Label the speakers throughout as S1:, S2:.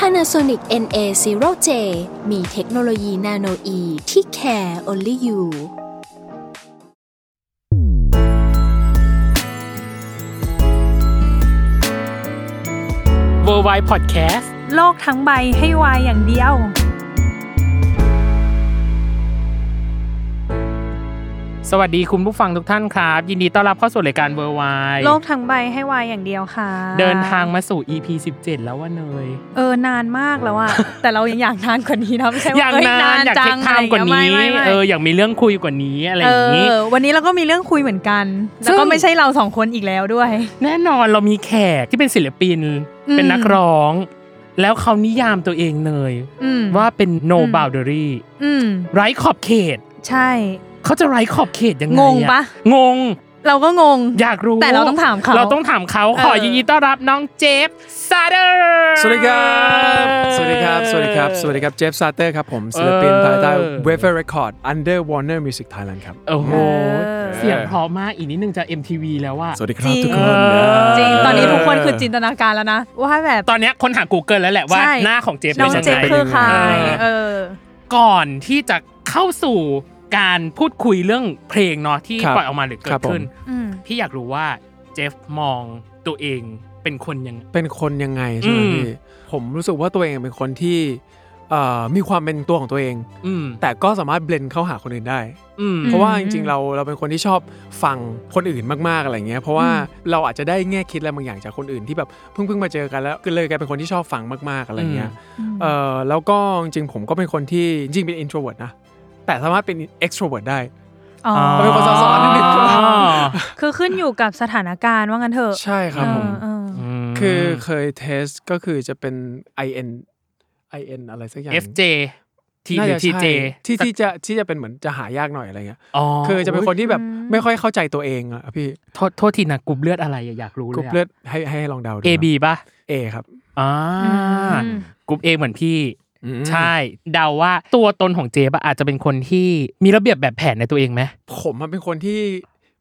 S1: Panasonic NA0J มีเทคโนโลยีนาโนอีที่ care only you
S2: เวอร์ไวพอดแคสต์
S3: โลกทั้งใบให้วายอย่างเดียว
S2: สวัสดีคุณผู้ฟังทุกท่านครับ ยินดีต้อนรับเข้าสู่รายการเวอร์ไว
S3: โลกทั้งใบให้วายอย่างเดียวค่ะ
S2: เดินทางมาสู่ EP 17 แล้วว่าเนย
S3: เออนานมาก แล้วอะ แต่เรายังอยากนานกว่านี้นะไม่ใช่ว่าย
S2: อาก
S3: เอ้ย
S2: นาน
S3: าน น
S2: อยาก
S3: จั
S2: เทค
S3: ง
S2: ไทม์กว่านี้
S3: ะไรย่างงี้ยไม่ไม่ไม่
S2: เอออยากมีเรื่องคุยกว่านี้อะไรอย่างนี้
S3: เออวันนี้เราก็มีเรื่องคุยเหมือนกัน
S2: ซึ่
S3: แล้ว
S2: ง
S3: ก็ไม่ใช่เราสองคนอีกแล้วด้วย
S2: แน่นอนเรามีแขกที่เป็นศิลปิน
S3: อืม
S2: เป็นนักร้อง แล้วเขานิยามตัวเองเนย
S3: อืม
S2: ว่าเป็น no boundary
S3: อืม
S2: ไร้ขอบเขต
S3: ใช่
S2: เขาจะไร้ขอบเขตยังไงอง
S3: งปะ
S2: งง
S3: เราก็งง
S2: อยากรู้
S3: แต่เราต้องถามเขา
S2: เราต้องถามเขาขอ
S3: เออ
S2: ยินดีต้อนรับน้องเจฟซาเดอร์
S4: สวัสดีครับ สวัสดีครับ สวัสดีครับ สวัสดีครับ เจฟซาเตอร์ครับผมศิลปิน
S2: เออ
S4: ภายใต้ w a v e r Record Under Warner Music Thailand ครับ
S2: โอ้โห
S3: เออ
S2: เสียงเพราะมากอีกนิดนึงจะ MTV แล้วว่า
S4: สวัสดีค
S3: จ
S4: รั
S3: ริ
S4: บ
S3: ง
S4: ทุกคน
S2: เออ
S3: จริงตอนนี้ทุกคนคือ
S4: เ
S3: จินตนาการแล้วนะว่าแบบ
S2: ตอนเนี้ยคนหา Google แล้วแหละว่า
S3: ใช่
S2: หน้าของเจฟ
S3: น้
S2: เป็
S3: อน ง
S2: ยัง
S3: เจฟ
S2: ไง
S3: คือใคร
S2: เออ
S3: เออ
S2: ก่อนที่จะเข้าสู่การพูดคุยเรื่องเพลงเนาะที่
S4: ครับ
S2: ปล่อยออกมาหรือเกิ
S4: ครับ
S2: ด
S4: ผม
S2: ขึ้น
S3: อืม
S2: พี่อยากรู้ว่าเจฟมองตัวเองเป็นคนยังไง
S4: เป็นคนยังไงใช่ไหม
S2: อืม
S4: พี่ ผมรู้สึกว่าตัวเองเป็นคนที่เอ่อมีความเป็นตัวของตัวเอง
S2: อืม
S4: แต่ก็สามารถเบลนเข้าหาคนอื่นได้
S2: อืม
S4: เพราะว่าจ
S3: อื
S4: ริง
S3: ม
S4: ๆเราเราเป็นคนที่ชอบฟังคนอื่นมากๆอะไรเงี้ยเพราะว่าเราอาจจะได้แง่คิดอะไรบางอย่างจากคนอื่นที่แบบเพิ่งเพิ่งมาเจอกันแล้วก็เลยกลายเป็นคนที่ชอบฟังมากๆอะไรเงี้ย เอ่อแล้วก็จริงๆผมก็เป็นคนที่จริงๆเป็น introvert นะ แต่สามารถเป็น extrovert ได้
S3: อ๋อ
S4: เาเป็นคนซับซ้อนนิดนึง
S3: คือขึ้นอยู่กับสถานการณ์ว่างั้นเถอะ
S4: ใช่ครับผม
S3: เออเออ
S2: ม
S4: คือเคยเทสก็คือจะเป็น in in อะไรสักอย่าง
S2: FJ T
S4: น่า
S2: หรือ
S4: จะใช่
S2: TJ
S4: ที่ที่จะที่จะเป็นเหมือนจะหายากหน่อยอะไรเงี้ย
S2: อ๋อ
S4: คือจะเป็นคนที่แบบ
S3: อืม
S4: ไม่ค่อยเข้าใจตัวเองอะพี่
S2: โทษโทษทีนะกรุ๊ปเลือดอะไรอะอยากรู้เลย
S4: ก
S2: อะ
S4: รุ๊ปเลือดให้ให้ให้ลองเดาดู
S2: A B ป่ะ
S4: เอครับ
S2: อ่า
S3: อืม
S2: กรุ๊ป A เหมือนพี่
S4: อืม
S2: ใช่ เดาว่าตัวตนของเจฟอะอาจจะเป็นคนที่มีระเบียบแบบแผนในตัวเองไหม
S4: ผมมันเป็นคนที่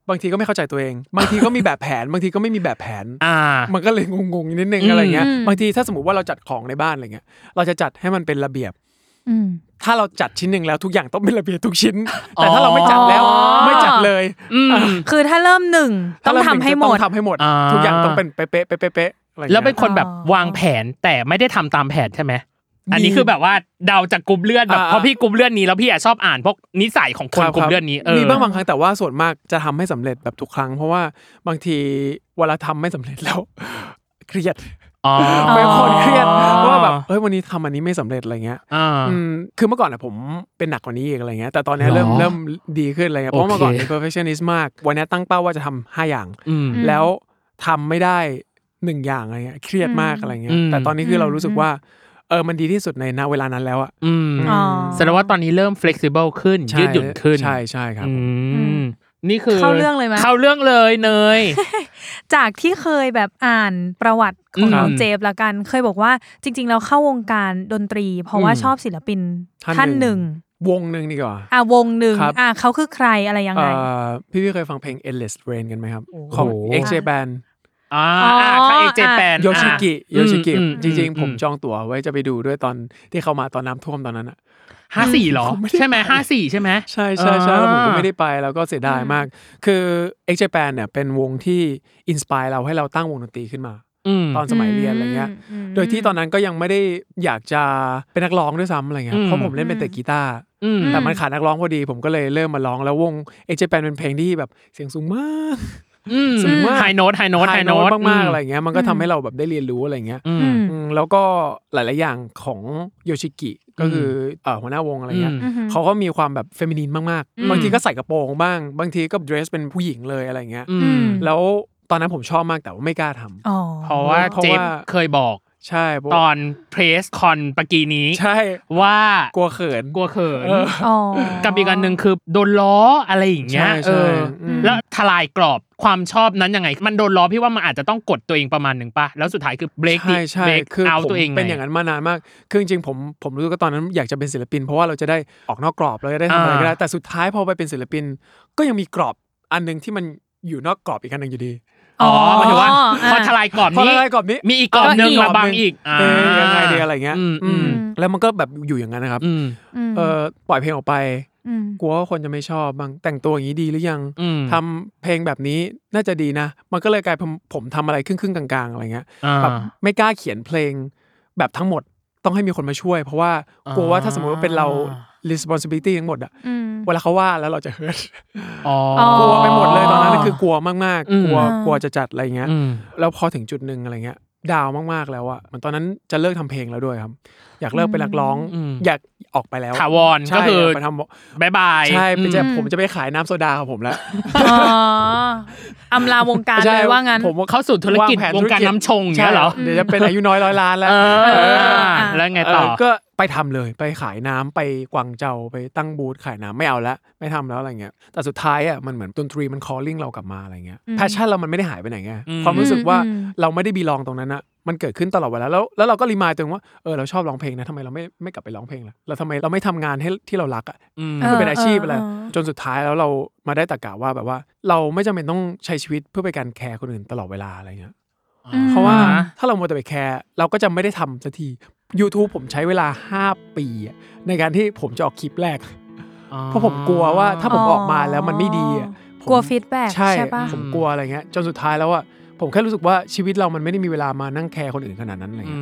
S4: บางทีก็ไม่เข้าใจตัวเอง บางทีก็มีแบบแผน บางทีก็ไม่มีแบบแผน
S2: อ่า
S4: มันก็เลยงงๆนิดนึงอะไรเงี้ย
S3: อืม
S4: บางทีถ้าสมมติว่าเราจัดของในบ้านอะไรเงี้ยเราจะจัดให้มันเป็นระเบียบ
S3: อืม
S4: ถ้าเราจัดชิ้นหนึ่งแล้วทุกอย่างต้องเป็นระเบียบทุกชิ้น
S2: อ๋อ
S4: แต่ถ้าเราไม่จัดแล้ว
S3: อ๋อ
S4: ไม่จัดเลย
S2: อืม
S3: คือถ้าเริ่มหนึ่งต้องทำให้หมด
S4: ต้องทำให้หมด
S2: อ่า
S4: ทุกอย่างต้องเป็นเป๊ะๆเป๊ะๆเป๊ะๆอะไรงี้ย
S2: แล้วเป็นคนแบบ
S3: อ๋อ
S2: วางแผนแต่ไม่ได้ทำตามแผนใช่ไหม
S4: มี
S2: อันนี้คือแบบว่าเดาจากกลุ่มเลือดแบบ
S4: อ่า
S2: เพราะพี่กลุ่มเลือดนี้แล้วพี่อะชอบอ่านพวกนิสัยของคน
S4: รับ
S2: กลุ่มเลือดนี้เออ
S4: มีบ้างบางครั้งแต่ว่าส่วนมากจะทำให้สำเร็จแบบทุกครั้ง เพราะว่าบางทีเวลาทำไม่สำเร็จแล้ว เครียด
S2: อ๋อ
S4: เป็นคนเครียดว่าแบบเฮ้ยวันนี้ทำอันนี้ไม่สำเร็จอะไรเงี้ย
S2: อ่า
S4: อืมคือเมื่อก่อนอะผมเป็นหนักกว่านี้อีกอะไรเงี้ยแต่ตอนเนี้ยเริ่ม
S2: หรอ
S4: เริ่มดีขึ้นอะไรเงี้ยเพราะว่า
S2: โอเค
S4: เมื่อก่อนเป็น perfectionist มากวันเนี้ยตั้งเป้าว่าจะทำห้าอย่าง
S2: อืม
S3: ม
S4: แล้วทำไม่ได้หนึ่งอย่างอะไรเงี้ยเครียดมาก
S3: อืม
S4: อะไรเงี้
S2: อื
S4: ย
S2: ม
S4: แต่ตอนนี้คือเรารู้สึกว่าเออมันดีที่สุดในณเวลานั้นแล้วอะ
S2: อืม
S4: อืม
S3: อ๋อ
S2: แสดงว่าตอนนี้เริ่ม flexible ขึ้น
S4: ใช่
S2: ยืดหยุ่นขึ้น
S4: ใช่ใช่ครับ
S2: อื
S3: อื
S2: ม
S3: ม
S2: นี่คือ
S3: เข้าเรื่องเลยไหม
S2: เข้าเรื่องเลยเนย
S3: จากที่เคยแบบอ่านประวัติของน้อง
S2: อืม
S3: เจฟละกัน เคยบอกว่าจริง ๆ เราเข้าวงการดนตรี เพราะว่า
S2: อืม
S3: ชอบศิลปินท่านหนึ่ง
S4: วงหนึ่งดีกว่า
S3: อ่ะวงหนึ่ง
S4: ครับ
S3: อ่ะเขาคือใครอะไรยัง
S4: เอ่
S3: ไง
S4: อพี่พี่เคยฟังเพลง endless rain กันไหมครับ ของ
S2: โอ้โห
S4: xj band
S2: อ่า
S3: อ๋ออ่
S2: พระเอกเจแปน
S4: โยชิกิโยชิกิ
S2: อืมอืม
S4: จริง
S2: อืม
S4: ๆ ผมจองตั๋วไว้จะไปดูด้วยตอนที่เขามาตอนน้ำท่วมตอนนั้นอะ
S2: ห้าสี่หรอ
S4: ผมไม่ได้
S2: ใช่ไหมห้าสี่ใช่ไหม
S4: ใช่ใช่ใช่แล้วผมก็
S2: อ่า
S4: ไม่ได้ไปแล้วก็เสียดายมาก คือ x j p a n เนี่ยเป็นวงที่อินสปายเราให้เราตั้งวงดนตรีขึ้นมา
S2: อืม
S4: ตอนสมัยเรียนอะไรเงี้ย
S3: อืม
S4: โดยที่ตอนนั้นก็ยังไม่ได้อยากจะเป็นนักร้องด้วยซ้ำอะไรเงี้
S2: อื
S4: ย
S2: ม
S4: เพราะผมเล่นเป็นแต่กีตาร์
S2: อืม
S4: แต่มันขาดนักร้องพอดี ผมก็เลยเริ่มมาร้องแล้ววง x j p a n เป็นเพลงที่แบบเสียงสูงมาก
S2: อืม
S4: สูงมาก
S2: ไฮโน้ตไฮโน้ตไฮ
S4: high
S2: โน้
S4: note
S2: ต
S4: มากๆอะไรเงี้ยมันก็ทำให้เราแบบได้เรียนรู้อะไรเงี้ย
S2: อื
S3: อื
S2: ม
S3: ม
S4: อืมแล้วก็หลาย ๆ อย่างของโยชิกิก็คือเอ่อหัวหน้าวงอะไรเงี้ย
S2: อืม
S4: เขาก็มีความแบบเฟมินีนมาก
S2: อืม
S4: ๆ บางทีก็ใส่กระโปรงบ้าง บางทีก็เดรสเป็นผู้หญิงเลยอะไรเงี้ย
S2: อืม
S4: แล้วตอนนั้นผมชอบมากแต่ว่าไม่กล้าทำ
S3: อ๋อ
S2: เพราะว่า
S4: เพราะ
S2: เจฟ
S4: ว่า
S2: เคยบอก
S4: ใช่เพราะ
S2: ตอนเพรสคอนปากีนี้
S4: ใช่
S2: ว่าก
S4: ลัวเขิน
S2: กลัวเขิน
S4: เออ
S3: อ๋อ
S2: กับอีกอันหนึ่งคือโดนล้ออะไรอย่างเงี้ย
S4: ใช่
S2: เอ
S4: ใช่
S2: อ
S4: อืม
S2: แล้วทลายกรอบความชอบนั้นยังไง มันโดนล้อพี่ว่ามันอาจจะต้องกดตัวเองประมาณหนึ่งป่ะ แล้วสุดท้ายคือเบรกดิ
S4: ใช่ใช่
S2: เบรก
S4: คือ
S2: เอา
S4: ผม
S2: ตัวเอง
S4: เป็นอย่างนั้นมานานมาก คือจริงๆผมผมรู้สึกว่าตอนนั้นอยากจะเป็นศิลปิน เพราะว่าเราจะได้ออกนอกกรอบเราจะได้ทำอะไรก็ได้แต่สุดท้ายพอไปเป็นศิลปิน ก็ยังมีกรอบอันหนึงที่มันอยู่นอกกรอบอีกอันหนึ่งอยู่ดี
S2: อ๋อหมายถึงว่า
S3: อ๋อ
S2: พอทลายกรอบ
S4: พอ
S2: นี้
S4: ละลายกรอบนี้
S2: มีอีกกรอบหนึ่ง
S3: ก็อีก
S2: มาบังอีก
S4: เอ๊ะยังไงดีอะไรเงี้ย
S2: อืมอืม
S4: อืมแล้วมันก็แบบอยู่อย่างนั้นนะครับ
S2: อืม
S3: ม
S4: เออปล่อยเพลงออกไป
S3: ม
S4: กลัวว่าคนจะไม่ชอบบางแต่งตัวอย่างนี้ดีหรือยัง
S2: อืม
S4: ทำเพลงแบบนี้น่าจะดีนะ มันก็เลยกลายเป็นผมทำอะไรครึ่งๆกลางๆอะไรเงี้ย
S2: อ่า
S4: แบบไม่กล้าเขียนเพลงแบบทั้งหมดต้องให้มีคนมาช่วย เพราะว่า
S2: อ่าก
S4: ลัวว่าถ้าสมมติว่าเป็นเรา responsibility ทั้งหมดอะ
S3: อืม
S4: เวลาเขาว่าแล้วเราจะ hurt
S2: อ๋อ
S4: กลัวไปหมดเลยตอนนั้นคือกลัวมาก
S2: อืม
S4: ๆ กลัว
S3: อ่าก
S4: ลัวจะจัดอะไรเงี้ย
S2: ม
S4: แล้วพอถึงจุดหนึ่งอะไรเงี้ยดาวมากๆแล้วอะเหมือนตอนนั้นจะเลิกทำเพลงแล้วด้วยครับ อยากเลิกเป็นนักร้อง
S2: อืม
S4: อยากออกไปแล้ว
S2: ถาวร
S4: ใช่
S2: ก็คืออ
S4: ยาไปทำ
S2: บายบาย
S4: ใช่ไปจะ
S2: อืม
S4: ผมจะไปขายน้ำโซดาของผมแล้ว
S3: ๋ออำลาวงการ
S4: ใช่
S3: เลยว่างั้น
S4: ผม
S2: เข้าสู่ธุรกิจ
S4: งแผน
S2: วงการน้ำชงอย่างเงี้ยเหรอ
S4: ใช่เดี๋ยวจะเป็นอายุน้อยร้อยล้านแล้ว
S2: เออ
S3: เออ
S2: แล้วไงต่อ
S4: เก็ไปทำเลยไปขายน้ำไปกวางเจาไปตั้งบูธขายน้ำไม่เอาละไม่ทำแล้วอะไรเงี้ยแต่สุดท้ายอ่ะมันเหมือนดนตรีมัน calling เรากลับมาอะไรเงี้ย
S3: อืม
S4: แพชชั่นเรามันไม่ได้หายไปไหนไง
S2: อืม
S4: ความรู้สึกว่า
S3: อืมอืม
S4: เราไม่ได้บีลองตรงนั้นอ่ะมันเกิดขึ้นตลอดเวลาแล้วแล้วเราก็รีมายตัวเองว่าเออเราชอบร้องเพลงนะทำไมเราไม่ไม่กลับไปร้องเพลงล่ะเราทำไมเราไม่ทำงานให้ที่เรารักอ่ะ
S2: อืม
S3: เอ
S4: มัน
S3: อ
S4: เป็นอาชีพอะไร
S3: เเออ
S4: จนสุดท้ายแล้วเรามาได้ตะกะว่าแบบว่า เราไม่จำเป็นต้องใช้ชีวิตเพื่อไปการแคร์คนอื่นตลอดเวลาอะไรเงี้ย
S3: อืม
S4: เพราะว่า
S2: อ่าฮะ
S4: ถ้าเรามัวแต่ไปแคร์เราก็จะไม่ได้ทำสักที YouTube ผมใช้เวลา 5 ปีอะในการที่ผมจะออกคลิปแรก เพราะผมกลัวว่าถ้าผมออกมาแล้วมันไม่ดีอะผม
S3: กลัวฟีดแบ็ก
S4: ใช่
S3: ใช่ปะ
S4: ผมกลัวอะไรเงี้ยจนสุดท้ายแล้วอ่ะผมแค่รู้สึกว่าชีวิตเรามันไม่ได้มีเวลามานั่งแคร์คนอื่นขนาดนั้นอะไร
S2: อื
S4: เงี้ย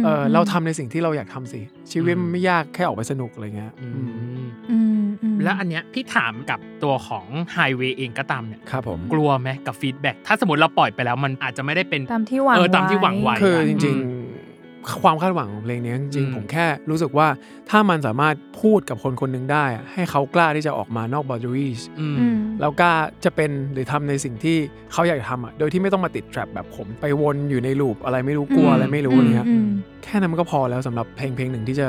S2: ม
S4: เออเราทำในสิ่งที่เราอยากทำสิ ชีวิตมันไม่ยากแค่ออกไปสนุกอะไรเงี้ย
S2: อื
S4: อืม
S2: ม
S3: อืมอืม
S2: แล้วอันเนี้ยพี่ถามกับตัวของไฮเวย์เองก็ตามเนี่ย
S4: ครับผม
S2: กลัวไหมกับฟีดแบ็กถ้าสมมติเราปล่อยไปแล้วมันอาจจะไม่ได้เป็น
S3: ตามที่หวัง
S2: เออตามที่หวังไว้
S4: คือจ
S2: อื
S4: ริง
S2: ม
S4: ๆ ความคาดหวังของเพลงนี้จริง
S2: อืม
S4: ๆ ผมแค่รู้สึกว่าถ้ามันสามารถพูดกับคนคนหนึ่งได้อะให้เขากล้าที่จะออกมานอก boundaries
S2: อืม
S3: อืม
S4: แล้วกล้าจะเป็นหรือทำในสิ่งที่เขาอยากทำอ่ะโดยที่ไม่ต้องมาติด trap แบบผมไปวนอยู่ในลูปอะไรไม่รู้กลัว
S2: อืม
S4: อะไรไม่รู้
S3: อืม
S4: เนี้ย
S3: อืม
S4: แค่นั้นมันก็พอแล้วสำหรับเพลงเพลงหนึ่งที่จะ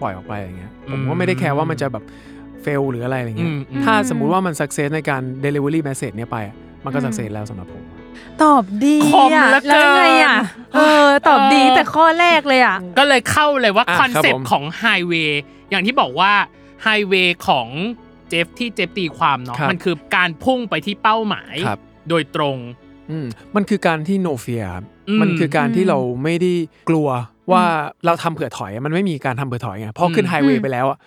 S4: ปล่อยออกไปอย่างเงี้ย
S2: อืม
S4: ผมก็ไม่ได้แคร์ว่ามันจะแบบเฟลหรืออะไรอย่างเงี้ย
S2: อืมอืม
S4: ถ้าสมมุติว่ามัน success ในการ delivery message เนี้ยไปอะมันก็ success แล้วสำหรับผม
S3: ตอบดี
S2: คม
S3: อะ
S2: เหลือเกิน
S3: แล้วยังไงอ่ะ เออ ตอบดีแต่ข้อแรกเลยอ่ะ
S2: ก็เลยเข้าเลยว่า
S4: อ่ะ
S2: คอนเซป
S4: ครับผ
S2: ต์
S4: ม
S2: ของไฮเวย์อย่างที่บอกว่าไฮเวย์ของเจฟที่เจฟตีความเนาะมันคือการพุ่งไปที่เป้าหมาย
S4: ครับ
S2: โดยตรง
S4: อืมมันคือการที่ no fear ครับ
S2: อืม
S4: มันคือการที่
S3: อืม
S4: เราไม่ได้กลัวว่าเราทำเผื่อถอยอะมันไม่มีการทำเผื่อถอยไงพอขึ้น
S2: อืม
S4: ไฮเว
S3: อื
S4: ย์
S3: ม
S4: ไปแล้วอ่ะ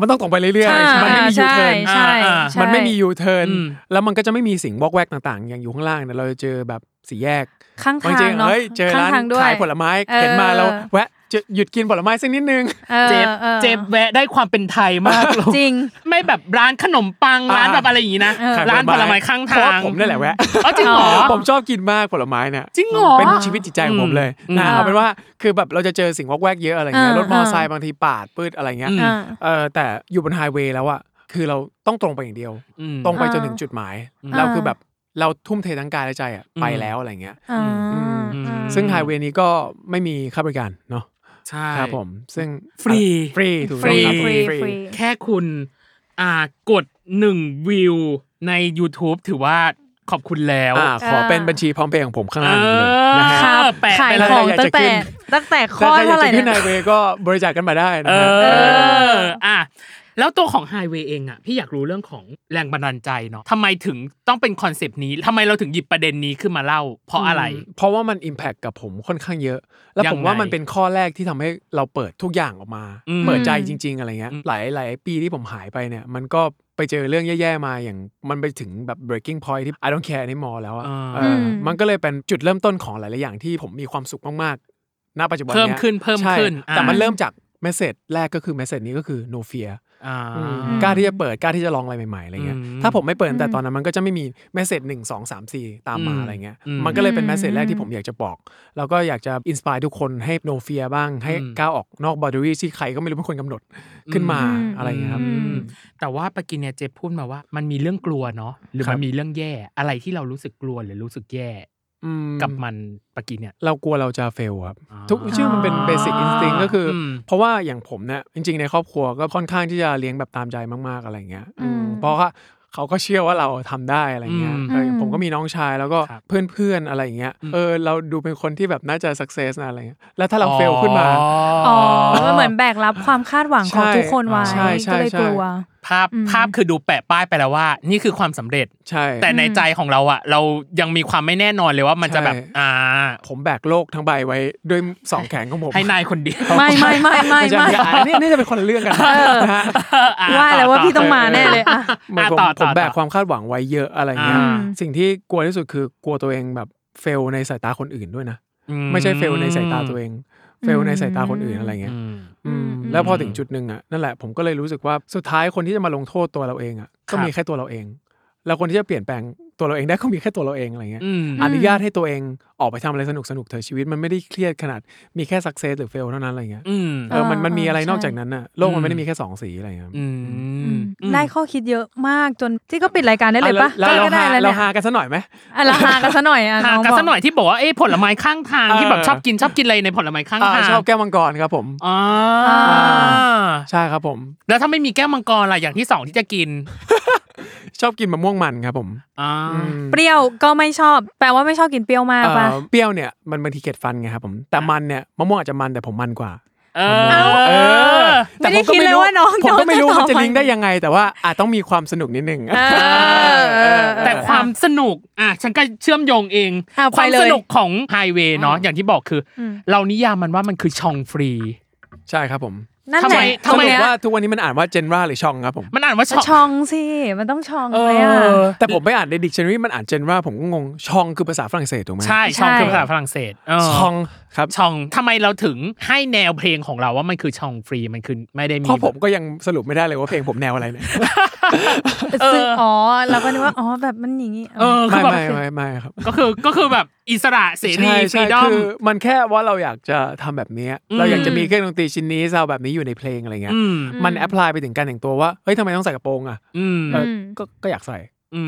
S4: มันต้องตรงไปเรื่อย
S3: ใช่
S4: ๆ มันไม่มียู
S3: ใช่
S4: เทิร์น
S3: ใช่
S2: อ่า
S3: ใช่
S4: มันไม่มียูเทิร์น
S2: อืม
S4: แล้วมันก็จะไม่มีสิ่งวอกแวกต่างๆ อย่างอยู่ข้างล่างเนี่ยเราจะเจอแบบสี่แยก
S3: ข้าง
S4: บา
S3: ทา
S4: ง
S3: ง
S4: ที
S3: เนาะ
S4: เฮ้ยเจอ
S3: ข้าง
S4: ร้าน
S3: ทางด้วย
S4: ขายผลไม้
S3: เออ
S4: เห็นมาแล้วแวะจะหยุดกินผลไม้สักนิดนึง
S3: ออ
S2: เจฟ
S3: ออ
S2: เจฟแวะได้ความเป็นไทยมากเลย
S3: จริง
S2: ไม่แบบร้านขนมปัง
S4: อ่า
S2: ร้านแบบอะไรอย่างนี้นะ
S3: เออ
S4: ขย
S2: ร้านผลไม้ข้าง
S4: เพ
S2: ทา
S4: ระว่
S2: ง
S4: ผมนี่แหละแวะ
S2: อ๋อจริงเหรอ
S4: ผมชอบกินมากผลไม้เนี่ย
S2: จริงเหรอ
S4: เป็นชีวิตจิตใจของผมเลย
S2: อืม
S4: นะ
S2: อืม
S4: เอาเป็นว่าคือแบบเราจะเจอสิ่งวอกแวกเยอะอะไรเงี้ย
S3: อ่ารร
S4: ถมอเตอร์ไซค์บางทีปาดปืดอะไรเงี้ย
S2: อืม
S3: อ่า
S4: เออแต่อยู่บนไฮเวย์แล้วอะคือเราต้องตรงไปอย่างเดียว
S2: อืม
S4: ตรงไปจน
S3: อ่า
S4: ถึงจุดหมาย
S2: อืม
S4: เราคือแบบเราทุ่มเททั้งกายและใจอะไป
S2: อืม
S4: แล้วอะไรเงี้ย
S3: อ่า
S4: อืม
S3: อ่า
S2: อืม
S4: ซึ่งไฮเวย์นี้ก็ไม่มีค่าบริการเนาะ
S2: ใช่
S4: ครับผมซึ่ง
S2: ฟรี
S4: ฟรีถูก
S3: ฟ
S4: ต้อง
S3: รี
S4: ค
S3: ฟรี
S4: รับฟรี
S3: ฟรี
S2: แค่คุณอ่ากดหนึ่งวิวใน YouTube ถือว่าขอบคุณแล้ว
S4: อ่าขอเป็นบัญชีพร้อมเพย์ของผมข้าง
S2: เอ
S4: ล่าง
S2: อ
S4: เลยนะฮะ
S3: ครับ
S2: แปะ
S3: ขาย
S2: ไปเล
S3: ของ
S2: ย
S4: อยาก
S3: ตั้
S4: จะ
S3: งแต่
S4: ขึ้น
S3: ตั้งแต่ข้
S4: ถ้า
S3: อ
S4: ใครอยา
S3: เท่ากไหร่
S4: จะขึ้นไฮ
S3: นะ
S4: เวย์ก็บริจาคกันมาได้นะ
S2: เอ
S4: ฮะ
S2: ออ่ะแล้วตัวของไฮเวย์เองอ่ะพี่อยากรู้เรื่องของแรงบันดาลใจเนาะทำไมถึงต้องเป็นคอนเซปต์นี้ทำไมเราถึงหยิบประเด็นนี้ขึ้นมาเล่า เพราะอะไร
S4: มเพราะว่ามัน Impact กับผมค่อนข้างเยอะ แล้ว
S2: ยัง
S4: ผมว่า
S2: ไง
S4: มันเป็นข้อแรกที่ทำให้เราเปิดทุกอย่างออกมา
S2: อืม
S4: เปิดใจจริง ๆ อะไรเงี้ย
S2: อืม
S4: หลายหลายปีที่ผมหายไปเนี่ย มันก็ไปเจอเรื่องแย่ๆมาอย่างมันไปถึงแบบ breaking point ที่ I don't care anymore แล้วอะเอออ
S3: ม
S4: มันก็เลยเป็นจุดเริ่มต้นของหลาย ๆ อย่างที่ผมมีความสุขมาก ๆ ณ ปัจจุบัน
S2: เพิ่ม
S4: นี้ย
S2: ขึ้นเพิ่ม
S4: ใช่
S2: ขึ้น
S4: แต่
S2: อ่ะ
S4: มันเริ่มจากเมสเซจแรกก็คือเมสเซจนี้ก็คือ no fear
S2: อ่า
S4: อืมกล้าที่จะเปิดกล้าที่จะลองอะไรใหม่ๆอะไรเงี้ย
S2: อืม
S4: ถ้าผมไม่เปิดตั้งแต่
S3: อืม
S4: ตอนนั้นมันก็จะไม่มีเมสเซจหนึ่งสองสามสี่ตามมา
S2: อืม
S4: อะไรเงี้ย
S2: อืม
S4: มันก็เลยเป็น
S3: อืม
S4: เมสเซจแรกที่ผมอยากจะบอก แล้วก็อยากจะอินสปายทุกคนให้โนเฟียบ้างให้
S2: อืม
S4: ก้าวออกนอกบอด a รี่ที่ใครก็ไม่รู้เป็นคนกำหนดขึ้นมา
S3: อืม
S4: อะไรเงี้ยครับ
S2: อืม
S3: อืม
S2: แต่ว่าปากินเนี่ยเจพูดมาว่า มันมีเรื่องกลัวเนาะหรือ
S4: ครั
S2: มั
S4: บ
S2: นมีเรื่องแย่อะไรที่เรารู้สึกกลัวหรือรู้สึกแย่
S4: อื
S2: กับมันปะกี้เนี่ย
S4: เรากลัวเราจะเฟลครับ ทุกชื่อมันเป็นเบสิกอินสติ้งก็คืออ
S2: ม
S4: เพราะว่าอย่างผมเนี่ยจริง ๆ ในครอบครัวก็ค่อนข้างที่จะเลี้ยงแบบตามใจมากๆอะไรเงี้ยอืม
S3: อืม
S4: เพราะว่าเขาก็เชื่อว่าเราทำได้อะไรเงี้ย
S2: อืม
S4: เอออย่างผมก็มีน้องชายแล้วก็
S2: ครับ
S4: เพื่อนๆอะไรเงี้ย
S2: อืม
S4: เออเราดูเป็นคนที่แบบน่าจะสักเซสนะอะไรเงี้ยแล้วถ้าเราเฟลขึ้นมา
S3: อ๋อมันเหมือนแบกรับความคาดหวังของ
S4: ใช่
S3: ทุกคนไว้
S4: ใช่ใช่
S3: ก็เลย
S4: ใช่
S3: กลัว
S2: ภาพ
S3: อืม
S2: ภาพคือดูแปะป้ายไปแล้วว่า นี่คือความสำเร็จ
S4: ใช่
S2: แต่ในใจของเราอะเรายังมีความไม่แน่นอนเลยว่ามันจะแบบ
S4: ใช่
S2: อ่า
S4: ผมแบกโลกทั้งใบไว้ด้วยสองแขนของผม
S2: ให้นายคนเดียว
S3: ไม่ไม่ไม่ไม่
S4: ไม่ใช่
S3: ไม่
S4: ไม่ใช่อันนี้น่าจะเป็นคนละเรื่องกันนะฮะ
S2: อ่ะ
S3: ว่าแล้วว่าพี่ต้องมาแน่เลยอ่ะ
S4: เหมือน
S2: อ่ะ
S4: ผม
S2: ต่อ
S4: ผ
S2: ต่อ
S4: มแบก
S2: ต่อ
S4: ความคาดหวังไว้เยอะอะไรเงี้ย
S2: อ่า
S4: สิ่งที่กลัวที่สุดคือกลัวตัวเองแบบเฟลในสายตาคนอื่นด้วยนะ
S2: อื
S4: ไม่ใช่เฟลในสายตาตัวเอง เฟล
S3: อืม
S4: ในสายตาคนอื่นอะไรเงี้ย
S2: อืม
S4: อืม
S3: อืม
S4: แล้วพอถึงจุดหนึ่งอ่ะนั่นแหละผมก็เลยรู้สึกว่าสุดท้ายคนที่จะมาลงโทษตัวเราเองอ่ะก็
S2: ครับ
S4: มีแค่ตัวเราเอง แล้วคนที่จะเปลี่ยนแปลงตัวเราเองได้ก็มีแค่ตัวเราเองอะไรเงี้ย
S2: อืม
S4: อนุญาตให้ตัวเองออกไปทำอะไรสนุกสนุกๆเถอะชีวิตมันไม่ได้เครียดขนาดมีแค่สักเซสหรือเฟลเท่านั้นอะไรเงี้ย
S2: อืม
S4: เออมันมันมีอะไร
S3: ใช่
S4: นอกจากนั้นอ่ะโลก
S2: อื
S4: มั
S2: ม
S4: นไม่ได้มีแค่สองสีอะไรเงี้ย
S2: อื
S3: อื
S2: ม
S3: มได้ข้อคิดเยอะมากจนที่ก็ปิดรายการได้เลยปะ
S4: อ่ะแล้ว
S3: ก็ได้
S4: เราหา
S3: แล้ว
S4: เรา
S3: เนี่ย
S4: หากันซะหน่อยไหม
S3: อ่ะเราหากันซะหน่อยอ่ะ
S2: ห่างกัน
S3: บ
S2: สักหน่อยที่บอกว่าเอ้ยผลไม้ข้างทางที่แบบ
S4: เออ
S2: ชอบกินชอบกินอะไรในผลไม้ข้าง
S4: อ่า
S2: ทาง
S4: ชอบแก้วมังกรครับผม
S2: อ๋ออา
S4: ใช่ครับผม
S2: แล้วถ้าไม่มีแก้วมังกรล่ะอย่างที่สองที่จะกิน
S4: ชอบกินมะม่วงมันครับผม
S2: อ่า
S3: เปรี้ยวก็ไม่ชอบ แปลว่าไม่ชอบกินเปรี้ยวมาก
S4: เอ่
S3: ปะ
S4: อเปรี้ยวเนี่ยมันบางทีเกล็ดฟันไงครับผมแต่มันเนี่ยมะม่วงอาจจะมันแต่ผมมันกว่า
S2: เอ
S4: มะม่วงเออแต่ผมก็
S3: ไม่ได้คิด
S4: ไม่
S3: เลย
S4: รู้
S3: ว่าน้อง
S4: ผมก็ไม่รู้
S3: น้องจะ
S4: มันจะ
S3: ตอบ
S4: ลิงก์ได้
S3: ไหม
S4: ยังไง แต่ว่าอาจต้องมีความสนุกนิดนึง
S3: เออเออ
S2: แต่ความสนุกอ่ะฉันก็เชื่อมโยงเอง
S3: อ่ะ
S2: ความ
S3: ไปเลย
S2: สนุกของไฮเวย์เนาะอย่างที่บอกคือ
S3: อืม
S2: เรานิยามมันว่ามันคือชองฟรี
S4: ใช่ครับผม
S3: นั่น
S2: ทำ
S3: แห
S2: ไม
S3: ละ
S2: ทำไม
S3: ตรงเนี้ย
S4: ว่าทุกวันนี้มันอ่านว่าเจนราหรือชองครับผม
S2: มันอ่านว่าช
S3: ชองสิมันต้องชอง
S4: เอ
S3: ไหมอ่ะ
S4: อแต่ผมไปอ่านในดิกชันนารีมันอ่านเจนราผมก็งงชองคือภาษาฝรั่งเศสถูกไหม
S2: ใช่ชองคือภาษาฝรั่งเศสเออ
S4: ชองครับ
S2: ชองทำไมเราถึงให้แนวเพลงของเราว่ามันคือชองฟรีมันคือไม่ได้มี
S4: เพราะผมก็ยังสรุปไม่ได้เลยว่าเพลงผมแนวอะไรเนี่ย
S3: ซึ่งอ๋อเราก็นึกว่า อ๋อ แบบมันอย่างนี้
S2: เออ
S4: ไม่ไม่ไม่ไม่ครับ
S2: ก็คือก็คือแบบอิสระเสรีฟรีดอม
S4: คือมันแค่ว่าเราอยากจะทำแบบเนี้ย
S2: อืม
S4: เราอยากจะมีเครื่องดนตรีชิ้นนี้ซาวแบบนี้อยู่ในเพลงอะไรเงี้ย
S2: อืม
S4: มันแอพพลายไปถึงการแต่งตัวว่าเฮ้ยทำไมต้องใส่กระโปรงอ่ะ
S2: อืม
S4: เออก็ก็อยากใส่
S2: อืม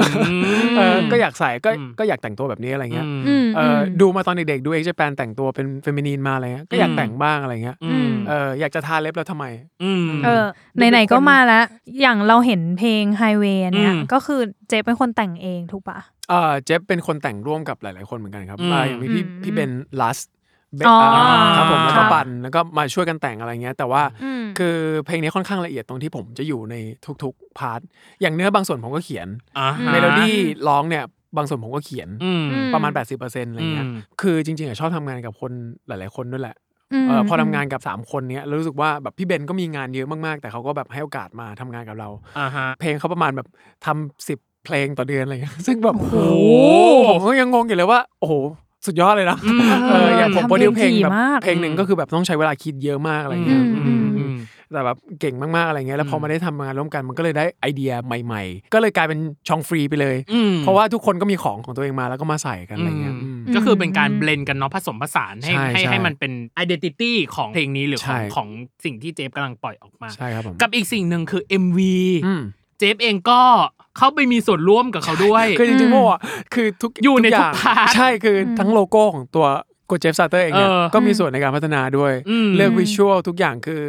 S4: เออก็อยากใส่ก็
S2: อืม
S4: ก็อยากแต่งตัวแบบนี้อะไรเงี้ย
S2: อืม
S4: เอออดูมาตอนเด็กๆดูเอ็กซ์แปนแต่งตัวเป็นเฟมินีนมาอะไรเงี้ยก็อยากแต่งบ้างอะไรเงี้ย
S2: อืม
S4: เอออยากจะทาเล็บแล้วทำไม
S2: อืม
S3: เออไหนๆก็มาแล้ว อย่างเราเห็นเพลง Highway อันเนี่ย
S2: อืม
S3: ก็คือเจเป็นคนแต่งเองถูกปะ
S4: เออเจฟเป็นคนแต่งร่วมกับหลาย ๆ คนเหมือนกันครับ
S2: อืม
S4: อ่าอย่างมีพี่
S3: อืม
S4: พี่เบนลัสเบน
S3: อ๋ออ่
S4: าครับผมแล้ว
S2: ครั
S4: ก็
S2: บ
S4: ปันแล้วก็มาช่วยกันแต่งอะไรเงี้ยแต่ว่า
S3: อืม
S4: คือเพลงนี้ค่อนข้างละเอียดตรงที่ผมจะอยู่ในทุก ๆ พาร์ทอย่างเนื้อบางส่วนผมก็เขียน
S2: อ่าฮะ
S4: เมโลดี้ร้องเนี่ยบางส่วนผมก็เขียน
S2: อืม
S4: ประมาณ 80%อะไรเงี้ย
S2: อืม
S4: คือจริง ๆอะชอบทำงานกับคนหลาย ๆ คนด้วยแหละ
S3: ม
S4: เอออพอทำงานกับ 3 คนเนี้ยแล้วรู้สึกว่าแบบพี่เบนก็มีงานเยอะมาก ๆ แต่เขาก็แบบให้โอกาสมาทำงานกับเรา
S2: อ่าฮะ
S4: เพลงเขาประมาณแบบทำสิบเพลงต่อเดือนอะไรเงี้ย ซึ่งแบบโอ้โห
S2: โห
S4: ผมก็ยังงงอยู่เลยว่า โอ้โห สุดยอดเลยนะ
S2: อืม
S4: เอออย่างผม
S3: ทำ
S4: โปรดิวเพลง
S3: ถี่
S4: แบบ
S3: มาก
S4: เพลงหนึ่งก็คือแบบต้องใช้เวลาคิดเยอะมากอะไรเงี้ย
S3: อืม
S4: อืมอืมแต่แบบเก่งมากๆอะไรเงี้ยแล้วพอ
S2: อืม
S4: มาได้ทำงานร่วมกันมันก็เลยได้ไอเดียใหม่ ๆ ก็เลยกลายเป็นช่องฟรีไปเลย
S2: อืม
S4: เพราะว่าทุกคนก็มีของของตัวเองมาแล้วก็มาใส่กันอะไรเงี้ย
S2: อืม
S4: อืม
S3: ม
S2: ก็คือเป็นการเบลนกันเนาะผสมผสานให้
S4: ใช่
S2: ให้
S4: ใช่
S2: ให้มันเป็น identity ของเพลงนี้หรือของ
S4: ใช่
S2: ของสิ่งที่เจฟกำลังปล่อยออกมา
S4: ใช่ครับผม
S2: กับอีกสิ่งหนึ่งคือ MV
S4: อืม
S2: เจฟเองก็เข้าไปมีส่วนร่วมกับเขาด้วย
S4: คือจริงๆพวกอ่ะคือทุก
S2: อยู่ใน
S4: ย่ง
S2: ทุกพาร์ท
S4: ใช่คืออ
S3: ม
S4: ทั้งโลโก้ของตัวโกเจฟซาเตอร์เองเนี่ย
S2: เออ
S4: ก็มีส่วนในการพัฒนาด้วย
S2: ม
S4: เลือก
S3: อืม
S4: วิชวลทุกอย่างคือ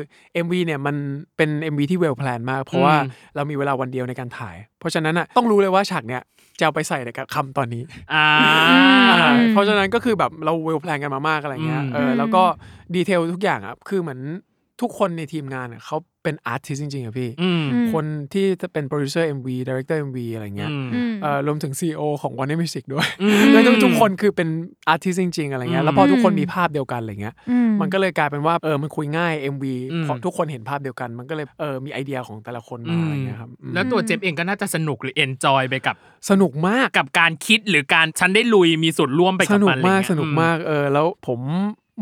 S4: MV เนี่ยมันเป็น MV ที่เวลแพลนมาก เพราะว่า
S2: อืม
S4: เรามีเวลาวันเดียวในการถ่าย เพราะฉะนั้นอ่ะต้องรู้เลยว่าฉากเนี่ยจะเอาไปใส่ในกับคำตอนนี้
S2: อ่า
S4: อ่าเพราะฉะนั้นก็คือแบบเราเวลแพลนกันมามากอะไรเงี้ย
S2: อืม
S4: เออแล้วก็ดีเทลทุกอย่างอ่ะคือเหมือนทุกคนในทีมงานอะเขาเป็นอาร์ติสจริงๆอะพี่
S2: อืม
S4: คนที่จะเป็นโปรดิวเซอร์ MV ดีเรคเตอร์ MV อะไรเงี้ย
S2: อืม
S3: อืม
S4: เออรวมถึง CEO ของ One Music ด้วย
S2: อืม
S4: แล้วทุกๆคนคือเป็นอาร์ติสจริงๆอะไรเงี้ยแล้วพอทุกคน
S3: อืม
S4: มีภาพเดียวกันอะไรเงี้ย
S3: ม
S4: มันก็เลยกลายเป็นว่าเออมันคุยง่าย MV
S2: อืม
S4: เพราะทุกคนเห็นภาพเดียวกัน มันก็เลยเออมีไอเดียของแต่ละคนมาอะไรเงี้ยครับอืม
S2: แล้วตัวเจฟเองก็น่าจะสนุกหรือ enjoy ไปกับ
S4: สนุกมาก
S2: กับการคิดหรือการฉันได้ลุยมีส่วนร่วมไป
S4: ส
S2: กับ
S4: นุก
S2: มันอะไร
S4: มาก
S2: เงี้ย
S4: สนุกมากเออแล้วผม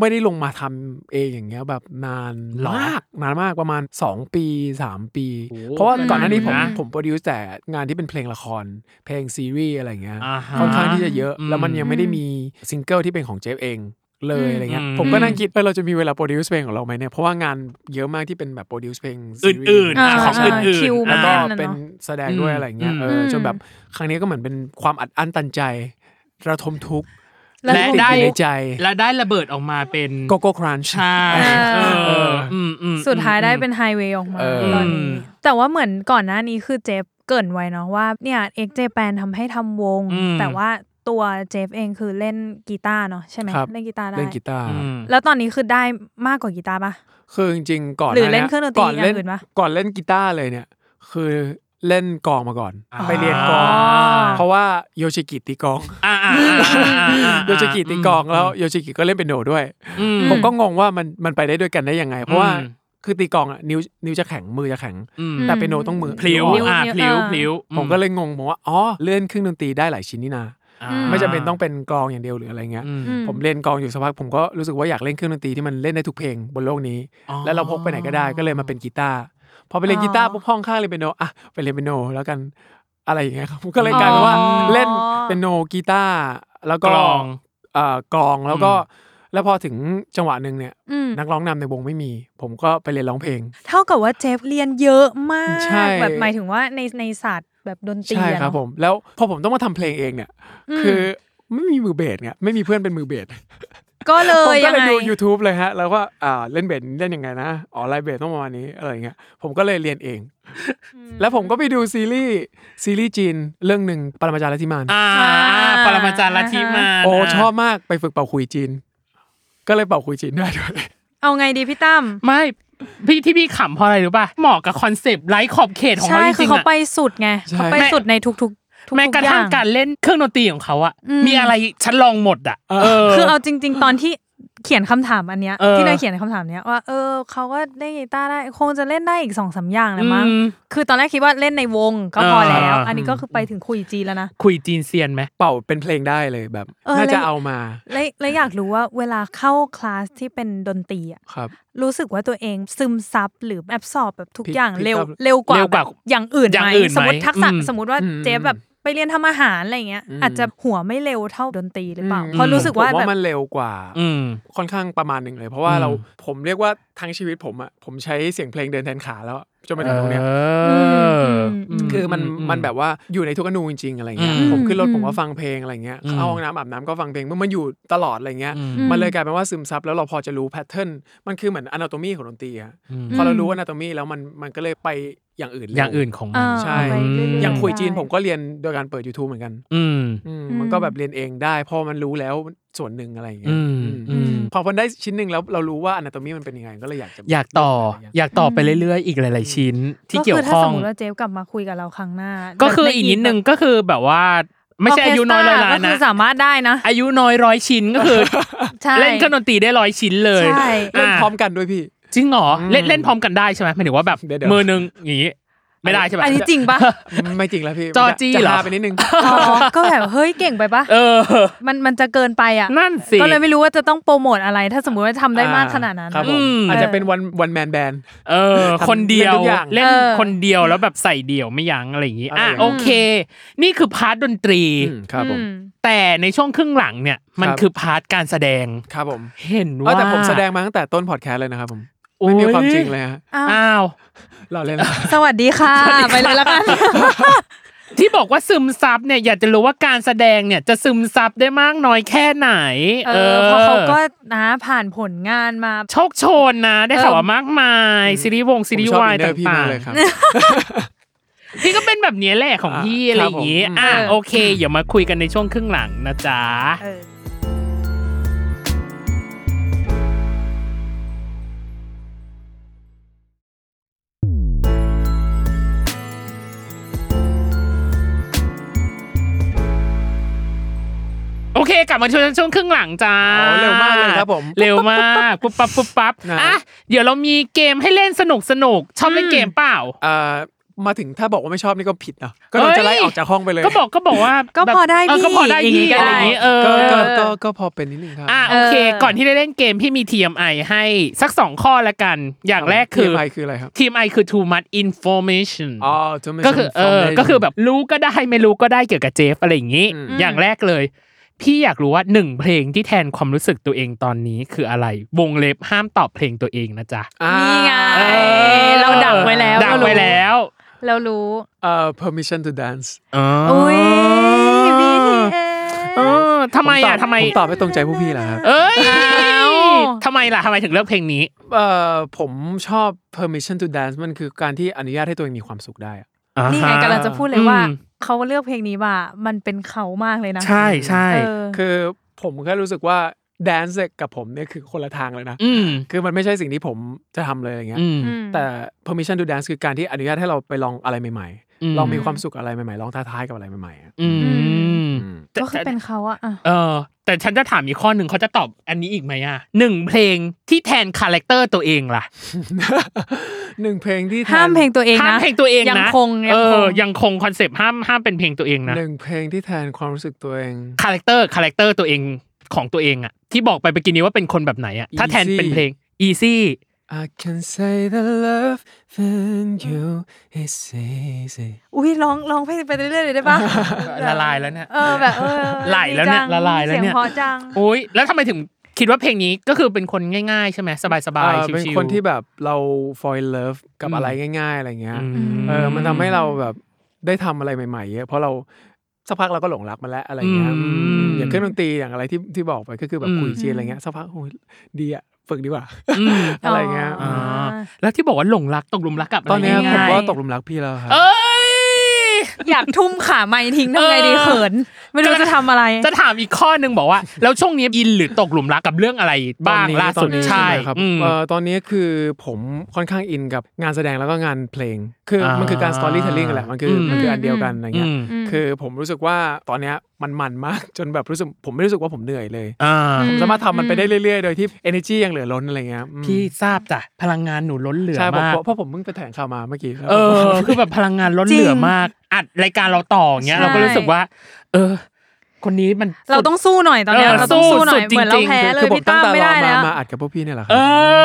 S4: ไม่ได้ลงมาทำเองอย่างเงี้ยแบบนาน
S2: หรอ
S4: มากนานมากประมาณ 2 ปี 3 ปี
S2: โอ้
S4: เพราะว่าก่อนหน้านี้ผม
S2: นานนะ
S4: ผมโปรดิวแต่งานที่เป็นเพลงละคร เพลงซีรีส์อะไรเงี้ย
S2: อ่าฮะ
S4: ค่อนข้างที่จะเยอะ
S2: อืม
S4: แล้วมันยังไม่ได้มีซิงเกิลที่เป็นของเจฟเองเลยอะไรเงี้ย
S2: อืม
S4: ผมก็นั่งคิดเออเราจะมีเวลาโปรดิวเพลงของเราไหมเนี่ยเพราะว่างานเยอะมากที่เป็นแบบโปรดิวเพลงซีรีส์
S2: อื่นๆอ่ะ
S3: อ่า
S2: ของ
S3: ใช่
S2: อื่น
S3: คิว
S2: ๆ
S3: มั
S4: แล้
S2: แล้ว วก็
S4: ก็
S3: แอ่า
S4: เป็นแสดง
S2: อืม
S4: ด้วยอะไรอย่างเงี้ย
S2: อืม
S4: เอออ
S3: ม
S4: จนแบบครั้งนี้ก็เหมือนเป็นความอัดอั้นตันใจ ระทมทุกข์
S3: แล้ว
S2: และ
S3: ผม
S2: ได้
S4: อยู่ในใจ
S2: แล้วได้ระเบิดออกมาเป็น
S4: โกโก้ครันช์
S2: ใช่เอ
S4: เอ
S2: อ
S4: อ
S2: อืมอืม
S3: สุดท้ายได้เป็นไฮเวย์ออกมา
S4: เออ
S3: ตอนนี้แต่ว่าเหมือนก่อนหน้านี้คือเจฟเกรินไว้เนาะว่าเนี่ยเอ็กเจแปนทำให้ทำวง
S2: อืม
S3: แต่ว่าตัวเจฟเองคือเล่นกีตาร์เนาะใช่ไหม
S4: ครับ
S3: เล่นกีตาร์ได้
S4: เล่นกีตาร์
S2: อืม
S3: แล้วตอนนี้คือได้มากกว่ากีตาร์ปะ
S4: คือจริงๆก่อน
S3: หรือเล่น
S4: าย
S3: เครื่องดนตรี
S4: ก่อนเล่น
S3: อย่างอื่นปะ
S4: ก่อนเล่นกีตาร์เลยเนี่ย คือเล่นกลองมาก่อน
S2: อ่า
S4: ไปเรียนกลอง เพราะว่าโยชิกิตีกลอง
S2: อ่าอ่าอ่าอ่าอ่า
S4: โยชิกิตีกลองแล้วโยชิกิก็เล่นเป็นโดด้วย
S2: อืม
S4: ผมก็งงว่ามันมันไปได้ด้วยกันได้ยังไง เพราะว่า
S2: อืม
S4: คือตีกลองอะนิ้วนิ้วจะแข็งมือจะแข็ง
S2: อืม
S4: แต่เป็นโนต้องมือ
S2: พลิ้ว
S3: นิ้ว
S2: อ่า
S3: นิ้ว
S2: พลิ้วพลิ้ว
S3: เออ
S4: ผมก็เลยงงผมว่าอ๋อเลื่อนเครื่องดนตรีได้หลายชิ้นนี่นา
S2: อ่า
S4: ไม่จำเป็นต้องเป็นกลองอย่างเดียวหรืออะไรเงี้ย
S2: อืม
S3: อื
S4: ผมเล่นกลองอยู่สักพักผมก็รู้สึกว่าอยากเล่นเครื่องดนตรีที่มันเล่นได้ทุกเพลงบนโลกนี้
S2: อ๋อ
S4: แล้วเราพกไปไหนก็ได้ก็เลยมาเป็นกีตาร์พอไปเล่นกีตาร์
S3: อ๋อ
S4: ปุ๊บห้องข้างเลยนเปียโนอ่ะไปเล่นเปียโนแล้วกันอะไรอย่างเงี้ยครับ ก็เลยกลายเป็นว่า
S3: อ๋อ
S4: เล่นเปียโนกีตาร์แล้ว
S2: ก
S4: ก็
S2: ลอง
S4: เอ่อกลองแล้วก็ แล้วพอถึงจังหวะหนึ่งเนี่ย
S3: อืม
S4: นักร้องนำในวงไม่มี ผมก็ไปเรียนร้องเพลง
S3: เท่ากับว่าเจฟเรียนเยอะมาก
S4: ใช่
S3: แบบหมายถึงว่าในในศาสตร์แบบดนตรี
S4: ใช่
S3: อะเนอะ
S4: ครับผม แล้วพอผมต้องมาทำเพลงเองเนี่ย
S3: ม
S4: คือไม่มีมือเบสไงไม่มีเพื่อนเป็นมือเบส
S3: ก็เล
S4: ผม
S3: ย
S4: ก็
S3: ยัง
S4: เลย
S3: ไง
S4: ดู YouTube เลยฮะ แล้วก็อ่าเล่นเบสเล่นยังไงนะอ๋อไลน์เบสต้องประมาณนี้อะไรอย่างเงี้ยผมก็เลยเรียนเอง แล้วผมก็ไปดูซีรีส์ซีรีส์จีนเรื่องหนึ่งปรมาจารย์ลัทธิมาน
S2: อ่าปรมาจารย์ลัทธิมาร
S4: โอ้ชอบมากไปฝึกเป่าคุยจีน ก็เลยเป่าคุยจีนได้ด้วย
S3: เอาไงดีพี่ตั้ม
S2: ไม่พี่ที่พี่ขำเพราะอะไรรู้ป่ะเหมาะกับคอนเซปต์ไร้ขอบเขตของ
S3: ใช่
S2: เขาจ
S3: คื
S2: ริ
S3: อ
S2: งๆ
S3: เขา
S2: อะ
S3: ไปสุดไง
S4: ใช่
S3: เขาไปสุดในทุกๆทุกๆ
S2: แม้กระทั่ง
S3: อย่
S2: การเล่นเครื่องดนตรีของเขาอะ
S3: อืม
S2: มีอะไรฉันลองหมดอะเออ
S3: คือเอาจริง ๆ ตอนที่เขียนคำถามอันเนี้ย
S2: เออ
S3: ที่นายเขียนคำถามเนี้ยว่าเออเขาก็เล่นกีตาร์ได้คงจะเล่นได้อีกสองสามอย่างเลยมั้ง
S2: อืม
S3: คือตอนแรกคิดว่าเล่นในวงก็พอแล้ว
S2: เอออั
S3: อันนี้ก็คือไปถึงคุยจีนแล้วนะ
S2: คุยจีนเซียนไหม
S4: เป่าเป็นเพลงได้เลยแบบ
S3: เออ
S4: น่าจะ
S3: แล้ว
S4: เอามา
S3: และและอยากรู้ว่าเวลาเข้าคลาสที่เป็นดนตรีอะ
S4: ครับ
S3: รู้สึกว่าตัวเองซึมซับหรือแอบสอบแบบทุก
S4: พี่
S3: อย่าง
S4: พี่
S3: เร็ว
S4: ก็
S3: เร็วกว่า
S2: เร็วกว่า
S3: แบบอย่างอื่น
S2: อย่าง
S3: ไหม
S2: อื่นไหม
S3: สมมติทักษะ
S2: อืม
S3: สมมติว่า
S4: อืม
S3: เจ๊แบบไปเรียนทำอาหารอะไรเงี้ย
S4: อืม
S3: อาจจะหัวไม่เร็วเท่าดนตรีหรือเปล่าเพราะรู้สึกว่า
S4: ผม
S3: แบบ
S4: ว่ามันเร็วกว่า
S2: อืม
S4: ค่อนข้างประมาณหนึ่งเลย เพราะว่า
S2: อืม
S4: เราผมเรียกว่าทั้งชีวิตผมอะผมใช้เสียงเพลงเดินแทนขาแล้วอะจนมาถึงตรงเนี้ย
S2: เอออ
S3: ม
S4: คือมันมันแบบว่าอยู่ในทุกอนูจริงๆอะไรเงี้ย
S2: อืม
S4: ผมขึ้นรถ
S3: อืม
S4: ผมก็ฟังเพลงอะไรเงี้ย
S2: อืม
S4: เข้าห้องน้ำอาบน้ำก็ฟังเพลงมันมันอยู่ตลอดอะไรเงี้ย
S2: อืม
S3: อื
S4: มันเลยกลายเป็นว่าซึมซับแล้วเราพอจะรู้แพทเทิร์นมันคือเหมือนอนาโตมีของดนตรีอะ
S2: อืม
S4: พอเรารู้อนาโตมีแล้วมันมันก็เลยไปอย่างอื่นเร็ว
S2: อย่างอื่นของ
S3: เอ
S2: มัน
S3: อ
S4: ใช่
S3: ไปเรื่ๆ
S4: อย่างคุยจีน
S3: ได้
S4: ผมก็เรียนโดยการเปิด YouTube เหมือนกัน
S2: อืม
S4: อืม
S3: อืม
S4: มันก็แบบเรียนเองได้เพอมันรู้แล้วส่วนหนึ่งอะไรเงี้
S2: อื
S4: ย
S2: ม
S4: อืม
S2: อืม
S4: พอมันได้ชิ้นหนึ่งแล้วเรารู้ว่าอนาโตมีมันเป็นยังไงก็เลยอยากจะ
S2: อยากต่อ
S4: ะไรเงี้ย
S2: อยากต่อไปเรื่อยๆ อีกหลาย ๆ ชิ้นที่
S3: ก็
S2: เกี่ย
S3: คื
S2: ว
S3: ถ้า
S2: ข้อ
S3: ส
S2: ง
S3: มมติว่าเจฟกลับมาคุยกับเราครั้งหน้า
S2: ก็คืออีกนิดนึงก็คือแบบว่า ไม่ใช่อายุน้อยร้อยล้า
S3: ก็
S2: น
S3: คื
S2: นะ
S3: อสามารถได้นะ
S2: อายุน้อยร้อยชิ้นก็คือ
S3: ใช่
S2: เล่นเครื่องดนตรีได้ร้อยชิ้นเลย
S3: ใช่
S4: เล่นพร้อมกันด้วยพี่
S2: จริงเหรอ
S4: อืม
S2: เล่นเล่นพร้อมกันได้ใช่ไหมหมายถึงว่าแบบ
S4: เดี๋ยวๆ
S2: มือหนึงอย่างงี้ไม่ได้ใช่ไหม
S3: อันนี้จริงปะ
S4: ไม่จริงแล้วพี่
S2: จอจี้เหรอ
S4: จะาไปนิดนึง
S3: อ๋อ ก็แบบเฮ้ยเก่งไปปะ
S2: เออ
S3: มันมันจะเกินไปอ่ะ
S2: นั่นสิ
S3: ก็เลยไม่รู้ว่าจะต้องโปรโมทอะไร ถ้าสมมุติว่าทำได้มากขนาดนั้น
S4: ครับผ
S2: อื
S4: ม
S2: ม
S4: อาจจะเป็นวันวันแมนแบน
S2: เออ คนเดียว
S4: ทำทุกอย่าง
S2: เล่น
S3: เออ
S2: คนเดียวแล้วแบบใส่เดี่ยวไม่ยั้งอะไรอย่างงี้อ่ะ
S4: อะไรอย่างงี้
S2: โอเค นี่คือพาร์ทดนตรี
S4: ครับผม
S3: อืม
S2: แต่ในช่วงครึ่งหลังเนี่ย มัน
S4: ครับ
S2: คือพาร์ทการแสดง
S4: ครับผม
S2: เห็น
S4: เอ้ย
S2: ว่า
S4: แต่ผมแสดงมาตั้งแต่ต้นพอดแคสต์เลยนะครับผม
S2: โอ้ย
S4: ไม่มีความจริงเลยฮะ
S3: อ้าว
S2: อ้าว
S4: เราเล่น
S3: สวัสดีค่ะ ไปเลยละกัน
S2: ที่บอกว่าซึมซับเนี่ยอยากจะรู้ว่าการแสดงเนี่ยจะซึมซับได้มากน้อยแค่ไหน
S3: เออเพราะเขาก็นะผ่านผลงานมา
S2: โชคโชนนะ ได้ข่าวว่ามากมายซีรีส์วงซีรีส์วาย
S4: ผมชอบ inner
S2: ต่าม
S4: พี่าก
S2: ง
S4: เลยครับ
S2: ๆพี่ก็เป็นแบบนี้แหละของพี่
S4: อ่า
S2: อะไรอย่างงี้
S4: ครับผม
S2: อ่ะ
S3: เออ
S2: โอเคอย่ามาคุยกันในช่วงครึ่งหลังนะจ๊ะ
S3: เออ
S2: โอเคกลับมาช่วงช่วงครึ่งหลังจ้า
S4: โอ้เร็วมากเลยครับผม
S2: เร็วมากปุ๊บปั๊บปุ๊บปั๊บ
S4: นะ
S2: อ่ะเดี๋ยวเรามีเกมให้เล่นสนุกสนุกชอบเล่นเกมเปล่า
S4: เอ่อมาถึงถ้าบอกว่าไม่ชอบนี่ก็ผิดเนาะก็โด
S2: เอ้
S4: น
S2: ย
S4: จะไล่ออกจากห้องไปเลย
S2: ก็บอก ก็บอกว่า
S3: ก็พอได้พี่
S2: เก็พอได้
S3: อย่างงี้
S2: พี่
S3: ก็
S2: อะไรอ
S3: ได้
S2: ย่างงี้เออ
S4: ก็ก็ก็ก็พอเป็นนิดนึงครับ
S2: อ่ะ
S3: เอ
S2: โอ
S3: อ
S2: เค ก่อนที่จะเล่นเกมพี่มี TMI ให้สักสองข้อละกัน อย่างแรกคือ
S4: ไอคืออะไรครับ
S2: TMI คือ too much information
S4: อ๋อ too much
S2: ก็คือเออ
S4: information
S2: ก็คือแบบรู้ก็ได้ไม่รู้ก็ได้เกี่ยวกับเจฟอะไรอย่างนี้
S4: อืม
S2: อย่างแรกเลย พี่อยากรู้ว่าหนึ่งเพลงที่แทนความรู้สึกตัวเองตอนนี้คืออะไร วงเล็บห้ามตอบเพลงตัวเองนะจ๊ะ
S4: อ่า
S3: นี่ไง
S2: เออ
S3: เราดักไว้แล้ว
S2: ดักไว้
S3: เรารู้
S2: แล้ว
S3: เรารู้
S4: เอ่อ permission to dance
S2: อ๋อ
S3: อุ้ย
S2: อ
S3: บีเอ
S2: เออ อทำไมอ่ะ
S4: ผตบ
S2: ทำไม
S4: ผมตอบไม่ตรงใจพวกพี่เหรอครับ
S2: เอ้ย
S3: อ้าว
S2: ทำไมล่ะทำไมถึงเลือกเพลงนี้
S4: เอ่อผมชอบ permission to dance มันคือการที่อนุญาตให้ตัวเองมีความสุขได้อะ
S3: นี่ไงกำลังจะพูดเลยว่า
S2: อืม
S3: เขาเลือกเพลงนี้มา มันเป็นเขามากเลยนะ
S2: ใช่ใช่
S3: เออ
S4: คือผมแค่รู้สึกว่า dance กับผมเนี่ยคือคนละทางเลยนะ
S2: อืม
S4: คือมันไม่ใช่สิ่งที่ผมจะทำเลยอย่างเงี้ย
S2: อืม
S4: แต่ permission to dance คือการที่อนุญาตให้เราไปลองอะไรใหม่
S2: อืม
S4: ๆ ลองมีความสุขอะไรใหม่ๆ ลองท้าทายกับอะไรใหม่ๆอะ
S2: อื
S3: อื
S2: ม
S4: อืม
S3: ก็คือเป็นเขาอะอ่ะ
S2: เออ แต่ฉันจะถามอีกข้อหนึ่งเขาจะตอบอันนี้อีกไหมอ่ะหนึ่งเพลงที่แทนคาแรคเตอร์ตัวเองล่ะ
S4: หนึ่งเพลงที่แทน
S3: ห้ามเพลงตัวเองนะ
S2: ห้ามเพลงตัวเองนะ
S3: ยังคง
S2: เอ
S3: ยังคง
S2: อยังคงคอนเซปต์ห้ามห้ามเป็นเพลงตัวเองนะ
S4: หนึ่งเพลงที่แทนความรู้สึกตัวเอง
S2: คาแรคเตอร์คาแรคเตอร์ตัวเองของตัวเองอ่ะที่บอกไปเมื่อกี้นี้ว่าเป็นคนแบบไหนอ่ะถ้าแทน
S4: Easy
S2: เป็นเพลง easy
S4: I can say the love in you is easy
S3: อุ้ยร้องร้องเพลงไปเรื่อยๆเลยได้ปะ
S2: ละลายแล้วเนี่ย
S3: เออแบบเออ
S2: ไหลแล้วเนี่ย
S3: ดีจัง
S2: ละลายแล้วเนี่ย
S3: สีงเพราะจัง
S2: โอ้ยแล้วทำไมถึงคิดว่าเพลงนี้ก็คือเป็นคนง่ายๆ ใช่ไหมสบายๆ
S4: อ่า
S2: ชิวๆ
S4: เป็นคนที่แบบเรา fall in love กับ
S2: อืม
S4: อะไรง่าย ๆ อะไรเงี้ย
S2: ม
S4: เออ มันทำให้เราแบบได้ทำอะไรใหม่ๆเยอะเพราะเราสักพักเราก็หลงรักมันแล้วอะไรเงี้ย
S2: อืม
S4: อืมอย่างเครื่องดนตรีอย่างอะไรที่ที่บอกไปก็คือแบ
S2: อื
S4: บ
S2: ม
S4: คุยจีนอะไรเงี้ยสักพักโอ้ยดีอะฝึกดีกว่า
S2: อืม
S4: อะไรเงี้ย
S3: อ๋
S2: อ่า
S3: อ
S2: แล้วที่บอกว่าหลงรักตกหลุมรักกับะไร
S4: ตอนเนี้ย
S2: ง่ยๆ
S4: ผมว่าตกหลุมรักพี่แล้วครับ
S2: เอ้ย
S3: อยากทุ่มขาไม้ทิ้งทำไงดี
S2: เออ
S3: เขิน ไม่รู้จะทำอะไร
S2: จะถามอีกข้อหนึงบอกว่า แล้วช่วงนี้อินหรือตกหลุมรักกับเรื่องอะไรบ้าง
S4: ตอนนี้
S2: ล่า
S4: ต
S2: สุ
S4: อ
S2: ด
S4: นนี้
S2: ใช่
S4: ไหมครับ
S2: อืม
S4: เอ่อตอนนี้คือผมค่อนข้างอินกับงานแสดงแล้วก็งานเพลง คืออา
S2: มั
S4: มันคือการสตอรี่เทลลิ่งแหละมันคืออ
S2: ม
S4: มันคืออันเดียวกันอะไรเงี้ย
S2: ม
S3: ม
S4: คือผมรู้สึกว่าตอนเนี้ยมันมันมากจนแบบรู้สึกผมไม่รู้สึกว่าผมเหนื่อยเลย
S2: อ่า
S4: ผมสามารถทำมันไป
S3: อืม
S4: ได้เรื่อยๆ โดยที่ energy ยังเหลือล้นอะไรเงี้ยอืม
S2: พี่ทราบจ้ะพลังงานหนูล้นเหลือ
S4: ใช่ผม
S2: มาก
S4: เพราะเพราะผมเพิ่งไปแถลงข่าวมาเมื่อกี้แล้ว
S2: เอ
S4: ผม
S2: อ
S4: ก็
S2: คือแบบพลังงานล้นเหลือมาก อัดรายการเราต่ออย่างเงี้ย
S3: ใช่
S2: เราก็รู้สึกว่า เออ คนนี้มัน
S3: เราต้องสู้หน่อยตอนเนี้ย
S2: เออ
S3: เราต้องสู้หน่อย
S2: สู้สุดจริงๆ
S3: เหมือนเราแพ้เลย
S4: คือผม
S3: พี่
S4: ตั้
S3: ตั้ม
S4: งแต่
S3: ไม่
S4: รอ
S3: ได้
S4: มา
S3: แล้ว
S4: มาอัดกับพวกพี่เนี่ยแหละครั
S2: เอบ อ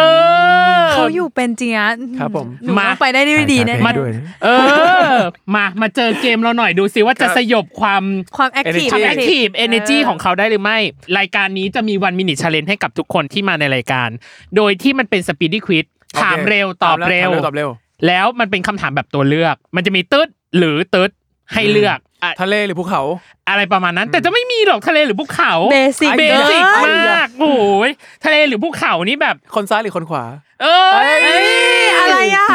S3: เขาอยู่เป็นจริงนะครับ
S4: ผม
S3: หนู
S2: มา
S3: ต้องไปได้ด้วยดีแน่
S2: มั
S4: มา
S2: ๆ น
S4: ด้วย
S2: เออ มามาเจอเกมเราหน่อยดูซิว่าจะสยบความ
S3: ความแอคทีฟ
S4: Energy
S2: ทำแอคทีฟเอเนจี
S3: เออ
S2: ของเขาได้หรือไม่ รายการนี้จะมีวันมินิช l เลนให้กับทุกคนที่มาในรายการ โดยที่มันเป็นสปีด d ี้ควิ z
S4: โอค
S2: ถามเร็วตอบเร็ว
S4: ถามตอบเร็ว
S2: แล้วมันเป็นคำถามแบบตัวเลือก มันจะมีตึ๊ดหรือตึ๊ดให้เลือกอะ
S4: ทะเลหรือภูเขา
S2: อะไรประมาณนั้น แต่จะไม่มีหรอกทะเลหรือภูเขา
S3: เบสิก
S2: เบ
S3: เกิ
S2: สิก
S3: น
S2: มากโอ้ยทะเลหรือภูเขานี่แบบ
S4: คนซ้ายหรือคนขวา
S2: เอ้ย
S3: อะไรอ่ะ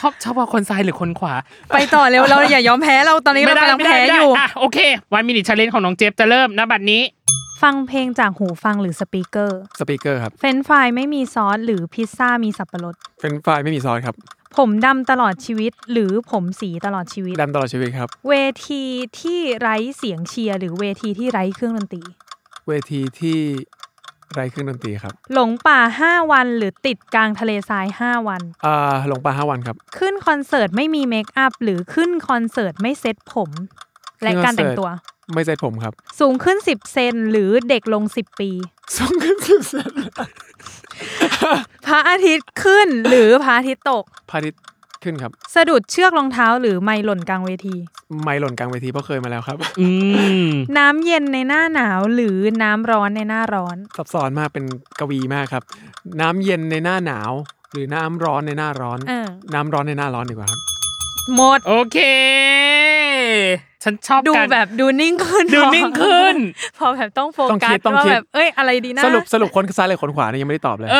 S2: ชอบชอบว่าคนซ้ายหรือคนขวา
S3: ไปต่อเร็วเราอย่ายอมแพ้เราตอนนี้เรากำลังแพ้อยู่
S2: อ่ะโอเควันมินิช l เลนของน้องเจฟจะเริ่มนะบัดนี้
S3: ฟังเพลงจากหูฟังหรือสปีกเกอร์
S4: สปีกเกอร์ครับ
S3: เฟรนช์ฟรายไม่มีซอสหรือพิซซ่ามีสับปะรด
S4: เป็นฝ่ายไม่มีซอสครับ
S3: ผมดำตลอดชีวิตหรือผมสีตลอดชีวิต
S4: ดำตลอดชีวิตครับ
S3: เวทีที่ไร้เสียงเชียร์หรือเวทีที่ไร้เครื่องดนตรี
S4: เวทีที่ไร้เครื่องดนตรีครับ
S3: หลงป่า 5 วันหรือติดกลางทะเลทราย 5 วัน
S4: อ่าหลงป่าห้าวันครับ
S3: ขึ้นคอนเสิร์ตไม่มีเมคอัพหรือขึ้นคอนเสิร์ตไม่เซ็ตผม และการแต่งตัว
S4: ไม่ใช่ผมครับ
S3: สูงขึ้น 10 เซนหรือเด็กลง 10 ปี
S4: ส่งขึ้นสิบเซน
S3: พระอาทิตย์ขึ้นหรือพระอาทิตย์ตก
S4: พาทิตย์ขึ้นครับ
S3: สะดุดเชือกรองเท้าหรือไม่หล่นกลางเวที
S4: ไม่หล่นกลางเวทีเพราะเคยมาแล้วครับ
S2: อืม
S3: น้ำเย็นในหน้าหนาวหรือน้ำร้อนในหน้าร้อน
S4: ซับซ้อนมากเป็นกวีมากครับ น้ำเย็นในหน้าหนาว หรือน้ำร้อนในหน้าร้อน
S3: เออ
S4: น้ำร้อนในหน้าร้อนดีกว่าครับ
S3: หมด
S2: โอเค ฉันชอบ
S3: ดู
S2: การ
S3: แบบดูนิ่งขึ้น
S2: ดู
S3: พอ
S2: นิ่งขึ้น
S3: พอแบบต้องโฟ
S4: ต้อง
S3: กั
S4: คิ
S3: ส
S4: ดต้อง
S3: ว่า
S4: คิด
S3: แบบเอ้ยอะไรดีนะ
S4: สรุปสรุปคนซ้ายหรือคนขวาเนี่ยยังไม่ได้ตอบเลย
S2: เอ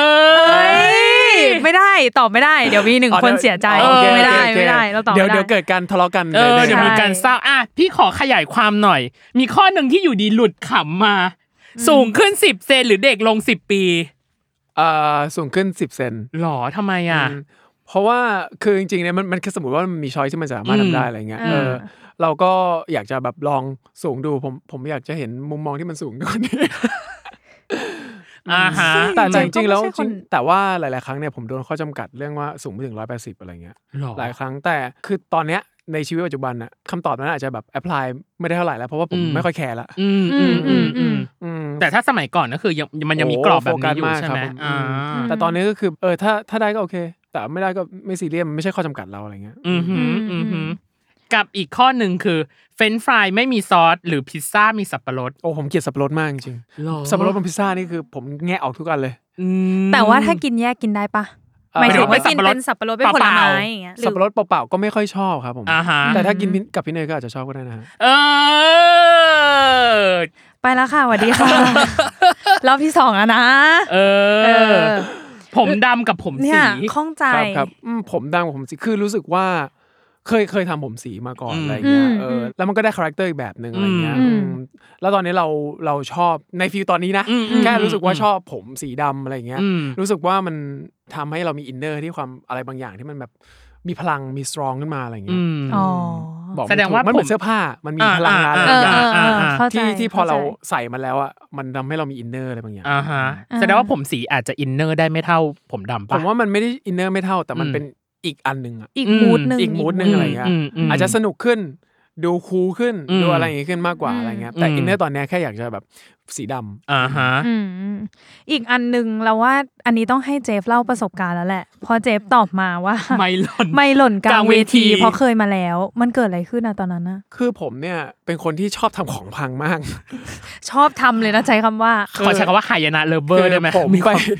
S3: เอ้
S2: ย
S3: ยไม่ได้ตอบไม่ได้ เดี๋ยวมีหนึ่ง
S4: อ๋อ
S3: คน
S4: ดี๋ว
S3: เสียใจ
S4: โอเค
S3: ไม่ได้
S4: โอค
S3: ไม่ได้
S4: โอค
S3: เราตอบ
S4: เดี๋ยว
S3: ไม่
S4: เดี๋
S3: ได้
S4: ยวเกิดการทะเลาะกัน
S2: เออ
S4: ล
S2: เดี๋ยว
S3: ใช่
S2: มีการเศร้าอ่ะ พี่ขอขยายความหน่อย มีข้อหนึ่งที่อยู่ดีหลุดขำมา สูงขึ้นสิบเซนหรือเด็กลงสิบปี
S4: เอ่อสูงขึ้น 10 เซน
S2: หรอทำไมอ่ะ
S4: อืมเพราะว่าคือจริงๆเนี่ยมันมันคือสมมติว่ามันมีช้อยที่มันสามารถ
S2: อืม
S4: ทำได้อะไรเงี้ย
S3: เอ
S4: เอ
S3: อ
S4: อเราก็อยากจะแบบลองสูงดูผมผมอยากจะเห็นมุมมองที่มันสูงกว่านี้
S2: อ่าฮะ
S4: แต่
S3: จ
S4: จ
S3: ริงๆ
S4: ริงๆแล้ว
S3: ก็ไม่ใช่
S4: จริง
S3: คน
S4: แต่ว่าหลายๆครั้งเนี่ยผมโดนข้อจำกัดเรื่องว่าสูงไม่ถึง 180 อะไรเงี้ย
S2: หรอ
S4: หลายครั้งแต่คือตอนเนี้ยในชีวิตปัจจุบันน่ะคำตอบนั้นอาจจะแบบแอพพลายไม่ได้เท่าไหร่แล้ว เพราะว่าผ
S2: อื
S4: ม
S2: ม
S4: ไม่ค่อยแคร์ละ
S2: อืมอืมอืมอืม
S4: อืม
S2: แต่ถ้าสมัยก่อนก็คือยังมันยังมีกรอบแบบนี้อยู่
S4: โโหโฟกัสาก
S2: ใช่
S4: ครั
S2: ไหม
S4: ผ
S2: อ่า
S4: มแต่ตอนนี้ก็คือเออถ้าถ้าได้ก็โอเค แต่ไม่ได้ก็ไม่ซีเรียสมันไม่ใช่ข้อจำกัดเราอะไรเงี้ย
S2: อือหืออื
S3: อืม
S2: อ
S3: อื
S2: หือ
S3: ม
S2: กับอีกข้อหนึ่งคือ เฟรนช์ฟรายไม่มีซอสหรือพิซซ่ามีสับปะรด
S4: โอ้ผมเกลียดสับปะรดมากจริง
S2: หรอ
S4: ๆสับปะรดบนพิซซ่านี่คือผมแงะออกทุกอันเลย
S2: อืม
S3: แต่ว่าถ้ากินแยกกินได้ปะ
S4: เอ่อ
S3: หมายถึง
S2: ไม่
S3: ว่า
S2: สั
S3: กิ
S2: บ
S3: น
S2: ปะรด
S3: เป็นสับปะรดเป็นผล
S2: เปล่าๆ
S3: ไม้อย่างเงี้ยหรือ
S4: สับปะรดเปล่าๆก็ไม่ค่อยชอบครับผม
S2: อ่าฮะ
S4: แต่ถ้ากินพี่กับพี่เนยก็อาจจะชอบก็ได้นะฮะ
S2: เอ
S3: ไปแล้วค่ะสวัสดีค่ะ รอบที่สองแล้วนะ
S2: เอ
S3: เอ
S2: อ
S3: อ
S2: ผมดำกับผม
S3: เนี่
S2: สี
S3: ยข้องใจ
S4: ครับครับอืมผมดังกว่าผมสีคือรู้สึกว่า เคยเคยทำผมสีมาก่อน
S2: อืม
S4: อะไรเงี้ย
S3: อืม
S4: เออแล้วมันก็ได้คาแรคเตอร์อีกแบบหนึ่งอะไรเงี้ย
S3: อืม
S4: อืมแล้วตอนนี้เราเราชอบในฟิลตอนนี้นะ
S2: อืมอืม
S4: แค่รู้สึกว่า
S2: อืม
S4: ชอบผมสีดำอะไรเงี้ย
S2: อืม
S4: รู้สึกว่ามันทำให้เรามีอินเนอร์ที่ความอะไรบางอย่างที่มันแบบมีพลังมีสตรองขึ้นมาอะไรอย่างเงี้ย
S2: อืม
S3: อ๋อ
S4: บอกไม่
S2: แสดง
S4: ถูก
S2: ว่า
S4: มันเหมื
S2: ผ
S4: อ
S2: ม
S4: นเสื้อผ้ามันมีพลังงานอะไร
S3: เอ
S4: อ
S3: อย่าง เออ
S4: เงี้ย
S3: เออ
S2: อ่า
S3: เข้าใจ
S4: ที่ที่พอเรา
S3: ข้ใจ
S4: ใส่มันแล้วอ่ะมันทำให้เรามีอินเนอร์อะไรบางอย่าง
S2: อ่าฮะ
S3: อ่า
S2: แสดงว่าผมสีอาจจะอินเนอร์ได้ไม่เท่า ผมดำ
S4: ผ
S2: ปะ
S4: มว่ามันไม่ได้อินเนอร์ไม่เท่าแต่มัน
S2: อืม
S4: เป็นอีกอันหนึ่งอ่ะ
S3: อีก
S2: อืม
S3: มูดหนึ่ง
S4: อีก mood หนึ่งอะไรเงี้ย
S2: มม
S4: อาจจะสนุกขึ้น ดูคูลขึ้น
S2: อืม
S4: ดูอะไรอย่างงี้ขึ้นมากกว่า
S3: อืม
S4: อะไรเงี้ยแต่
S2: อืม
S4: อินเนอร์ตอนเนี้ยแค่อยากจะแบบสีดำ
S2: อ่าฮะ
S3: อืมอีกอันหนึ่งเราว่าอันนี้ต้องให้เจฟเล่าประสบการณ์แล้วแหละเพอเจฟตอบมาว่า
S2: ไม่หล่อน
S3: ไม่หล่นกลาก
S2: ลาง ง
S3: เว
S2: เวที
S3: ทีเพราะเคยมาแล้ว มันเกิดอะไรขึ้นอะตอนนั้นนะ
S4: คือผมเนี่ยเป็นคนที่ชอบทำของพังมาก
S3: ชอบทำเลยนะใช้คำว่า
S2: ขอใช้คำว่าหายนะเลเวอร์ได้ไหม
S4: คือ ผม
S2: มีค
S4: ไป
S2: วาม